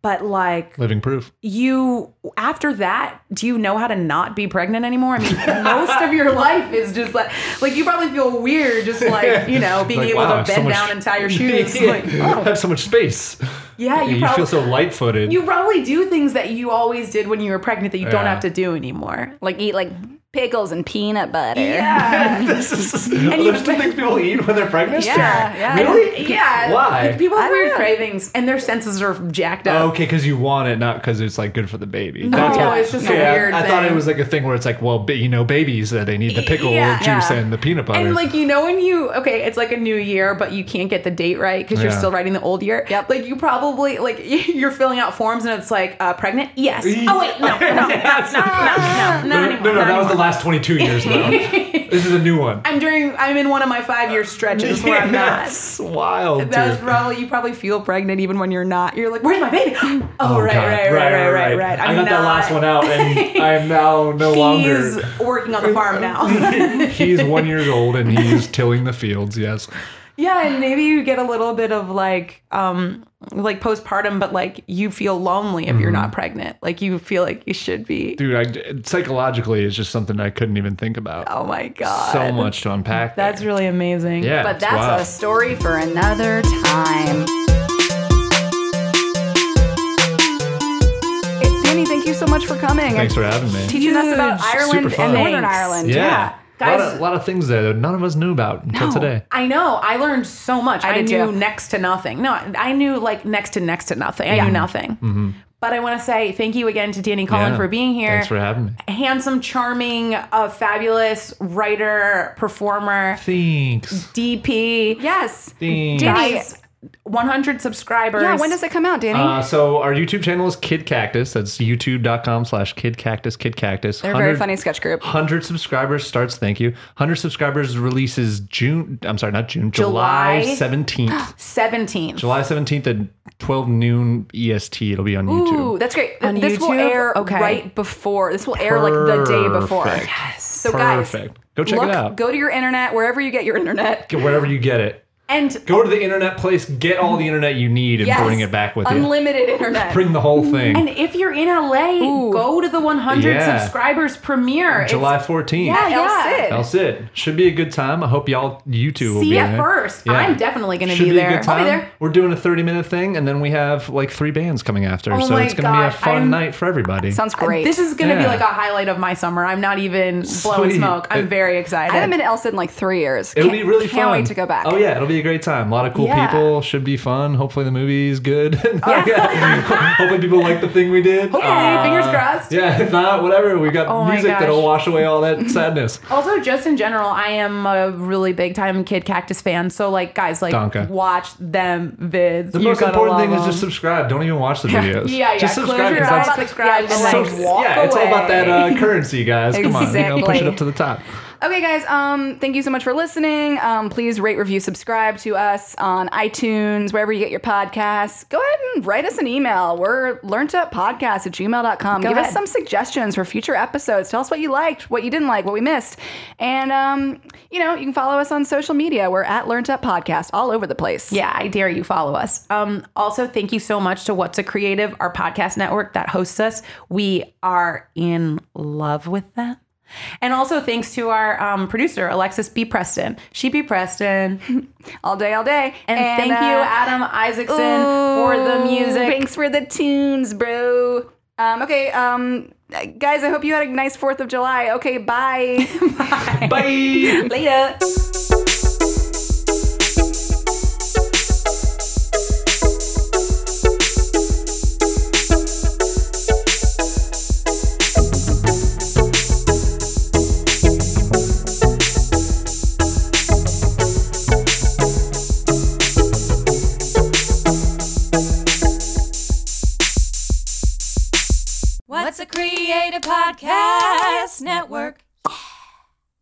Speaker 1: But like
Speaker 4: Living proof.
Speaker 1: you after that, do you know how to not be pregnant anymore? I mean, most of your life is just like like you probably feel weird just like, you know, being
Speaker 4: Like,
Speaker 1: able
Speaker 4: wow, I
Speaker 1: to
Speaker 4: have so
Speaker 1: bend
Speaker 4: much-
Speaker 1: down and
Speaker 4: *laughs*
Speaker 1: tie your shoes. Like, oh,
Speaker 4: I have so much space.
Speaker 1: yeah, you,
Speaker 4: you
Speaker 1: probably
Speaker 4: feel so light
Speaker 1: *laughs*
Speaker 4: footed. *laughs*
Speaker 1: you probably do things that you always did when you were pregnant that you don't
Speaker 4: Yeah.
Speaker 1: have to do anymore.
Speaker 2: Like eat like pickles and peanut butter.
Speaker 1: Yeah.
Speaker 4: this is, are
Speaker 1: *laughs*
Speaker 4: those two things people eat when they're pregnant?
Speaker 2: Yeah, yeah.
Speaker 4: Really?
Speaker 1: yeah.
Speaker 4: Why?
Speaker 1: like, people
Speaker 2: I
Speaker 1: have
Speaker 2: don't
Speaker 1: weird
Speaker 2: know.
Speaker 1: cravings and their senses are jacked up.
Speaker 4: okay, because you want it, not because it's like good for the baby. No,
Speaker 1: it's just a weird
Speaker 4: I thought it
Speaker 1: thing.
Speaker 4: was like a thing where it's like, well, ba- you know, babies that they need the pickle
Speaker 1: Yeah.
Speaker 4: juice
Speaker 2: Yeah.
Speaker 4: and the peanut butter.
Speaker 1: And like you know when you okay, it's like a new year, but you can't get the date right because you're
Speaker 4: Yeah.
Speaker 1: still writing the old year.
Speaker 2: Yep.
Speaker 1: Like you probably like *laughs* you're filling out forms and it's like uh, pregnant. Yes. Oh wait,
Speaker 4: *laughs*
Speaker 1: no, no, no, no, no, no,
Speaker 4: no,
Speaker 1: not
Speaker 4: no, no,
Speaker 1: anymore. not
Speaker 4: that was the
Speaker 1: anymore.
Speaker 4: last 22
Speaker 1: *laughs*
Speaker 4: years now. this is a new one.
Speaker 1: I'm during. I'm in one of my five year *laughs* stretches where I'm
Speaker 4: *laughs*
Speaker 1: not.
Speaker 4: That's wild. Dude.
Speaker 1: That was probably you probably feel pregnant even when you're not. You're like, where's my baby? *gasps* Oh, right,
Speaker 4: God.
Speaker 1: right, right, right, right, right.
Speaker 4: I
Speaker 1: I'm
Speaker 4: got that
Speaker 1: not-
Speaker 4: last one out, and I am now
Speaker 1: *laughs*
Speaker 4: no
Speaker 1: He's
Speaker 4: longer.
Speaker 1: working on the farm
Speaker 4: *laughs*
Speaker 1: now. *laughs*
Speaker 4: He's one years old, and he's tilling the fields. Yes.
Speaker 1: Yeah, and maybe you get a little bit of like um like postpartum, but like you feel lonely if you're not pregnant. Like you feel like you should be.
Speaker 4: Mm-hmm. dude I, psychologically it's just something i couldn't even think about
Speaker 1: Oh my god.
Speaker 4: so much to unpack there.
Speaker 1: That's really amazing.
Speaker 4: yeah
Speaker 2: But
Speaker 4: it's
Speaker 2: that's
Speaker 4: wild.
Speaker 2: a story for another time. Danny, thank you so much for coming and
Speaker 4: thanks for having me
Speaker 2: teaching us about
Speaker 1: Huge.
Speaker 2: Ireland
Speaker 4: Super
Speaker 2: and
Speaker 4: fun.
Speaker 2: Northern
Speaker 1: Thanks.
Speaker 2: Ireland.
Speaker 4: yeah,
Speaker 1: Yeah.
Speaker 4: A, lot
Speaker 1: Guys-
Speaker 4: of, lot of things that none of us knew about until
Speaker 1: No,
Speaker 4: today
Speaker 1: I know. I learned so much. I,
Speaker 2: did
Speaker 1: knew
Speaker 2: too.
Speaker 1: next to nothing. No, I knew like next to next to nothing. I knew nothing. But I want to say thank you again to Danny Collin
Speaker 4: Mm-hmm. Yeah.
Speaker 1: for being here.
Speaker 4: thanks for having me
Speaker 1: Handsome, charming, uh, fabulous writer, performer,
Speaker 4: thanks
Speaker 1: DP.
Speaker 2: Yes.
Speaker 4: thanks
Speaker 2: Danny-
Speaker 1: Guys, 100 subscribers.
Speaker 2: Yeah, when does it come out, Danny?
Speaker 4: Uh, so our YouTube channel is Kid Cactus. That's youtube.com slash Kid Cactus, Kid Cactus.
Speaker 2: They're a very funny sketch group.
Speaker 4: 100 subscribers starts, thank you. 100 subscribers releases June, I'm sorry, not June,
Speaker 1: July.
Speaker 4: July
Speaker 2: *gasps*
Speaker 4: 17th.
Speaker 1: 17th.
Speaker 4: July 17th at 12 noon EST. It'll be on YouTube.
Speaker 2: Ooh, that's great.
Speaker 1: On
Speaker 2: this will
Speaker 1: YouTube?
Speaker 2: air
Speaker 1: Okay.
Speaker 2: right before. This will air like the day before.
Speaker 4: Perfect.
Speaker 2: So guys,
Speaker 4: Perfect. Go check
Speaker 2: look,
Speaker 4: it out.
Speaker 2: go to your internet wherever you get your internet.
Speaker 4: Get wherever you get it.
Speaker 1: And
Speaker 4: Go to the internet place, get all the internet you need, and
Speaker 2: Yes.
Speaker 4: bring it back with you.
Speaker 2: Unlimited internet.
Speaker 4: Bring the whole thing.
Speaker 1: and if you're in LA,
Speaker 2: Ooh.
Speaker 1: go to the 100
Speaker 4: Yeah.
Speaker 1: subscribers premiere.
Speaker 4: July
Speaker 1: It's,
Speaker 4: 14th.
Speaker 2: yeah,
Speaker 1: Yeah.
Speaker 2: yeah.
Speaker 4: That's it. Should be a good time. I hope y'all, you two, will
Speaker 1: see
Speaker 4: be
Speaker 1: it
Speaker 4: there.
Speaker 1: first.
Speaker 4: Yeah.
Speaker 1: I'm definitely going to
Speaker 4: Should
Speaker 1: be
Speaker 4: a
Speaker 1: there.
Speaker 4: good time.
Speaker 1: I'll be there.
Speaker 4: We're doing a 30 minute thing, and then we have like three bands coming after.
Speaker 1: Oh
Speaker 4: so
Speaker 1: my
Speaker 4: it's going to be a
Speaker 1: God,
Speaker 4: fun
Speaker 1: I'm-
Speaker 4: night for everybody.
Speaker 2: Sounds great.
Speaker 1: This is going to be
Speaker 4: Yeah.
Speaker 1: like a highlight of my summer. I'm not even blowing
Speaker 4: Sweet.
Speaker 1: smoke. I'm
Speaker 4: It-
Speaker 1: very excited.
Speaker 2: I haven't been to Elsa in like three years.
Speaker 4: It'll
Speaker 2: Can't-
Speaker 4: be really
Speaker 2: can't
Speaker 4: fun.
Speaker 2: wait to go back.
Speaker 4: Oh yeah, it'll be a great time. A lot of cool
Speaker 1: Yeah.
Speaker 4: people. Should be fun. Hopefully the movie is good. *laughs* Hopefully people like the thing we did. Ah.
Speaker 1: Hopefully, fingers crossed.
Speaker 4: Yeah, if not, whatever. We got
Speaker 1: Oh my
Speaker 4: music
Speaker 1: gosh.
Speaker 4: that'll wash away all that sadness.
Speaker 1: Also, just in general, I am a really big time Kid Cactus fan. So, like, guys, like,
Speaker 4: Donka.
Speaker 1: watch them vids.
Speaker 4: The most important thing is just subscribe. Don't even watch the videos.
Speaker 1: Yeah, yeah.
Speaker 4: Just
Speaker 1: Close
Speaker 4: subscribe.
Speaker 1: your
Speaker 4: It's
Speaker 1: eyes,
Speaker 4: not-
Speaker 1: subscribe,
Speaker 2: Yeah,
Speaker 1: and
Speaker 2: just
Speaker 1: like,
Speaker 2: subscribe.
Speaker 1: walk
Speaker 4: yeah, it's all about that
Speaker 1: away.
Speaker 4: uh, currency, guys. Come on, you know, push
Speaker 2: Exactly.
Speaker 4: it up to the top.
Speaker 2: Okay, guys. Um, thank you so much for listening. Um, please rate, review, subscribe to us on iTunes, wherever you get your podcasts. Go ahead and write us an email. We're learntuppodcast at gmail.com.
Speaker 1: Go
Speaker 2: Give us
Speaker 1: ahead.
Speaker 2: some suggestions for future episodes. Tell us what you liked, what you didn't like, what we missed. And, um, you know, you can follow us on social media. We're at Learned Up Podcast all over the place.
Speaker 1: Yeah, I dare you follow us. Um, also, thank you so much to What's a Creative, our podcast network that hosts us. We are in love with them. And also, thanks to our um, producer, Alexis B. Preston. She B. Preston. And,
Speaker 2: All day, all day.
Speaker 1: thank you,
Speaker 2: uh,
Speaker 1: Adam Isaacson, for the
Speaker 2: Ooh,
Speaker 1: music.
Speaker 2: Thanks for the tunes, bro. Um, okay, um, guys, I hope you had a nice 4th of July.
Speaker 1: *laughs*
Speaker 2: Okay, bye.
Speaker 4: Bye.
Speaker 2: Later.
Speaker 5: What's a creative podcast network?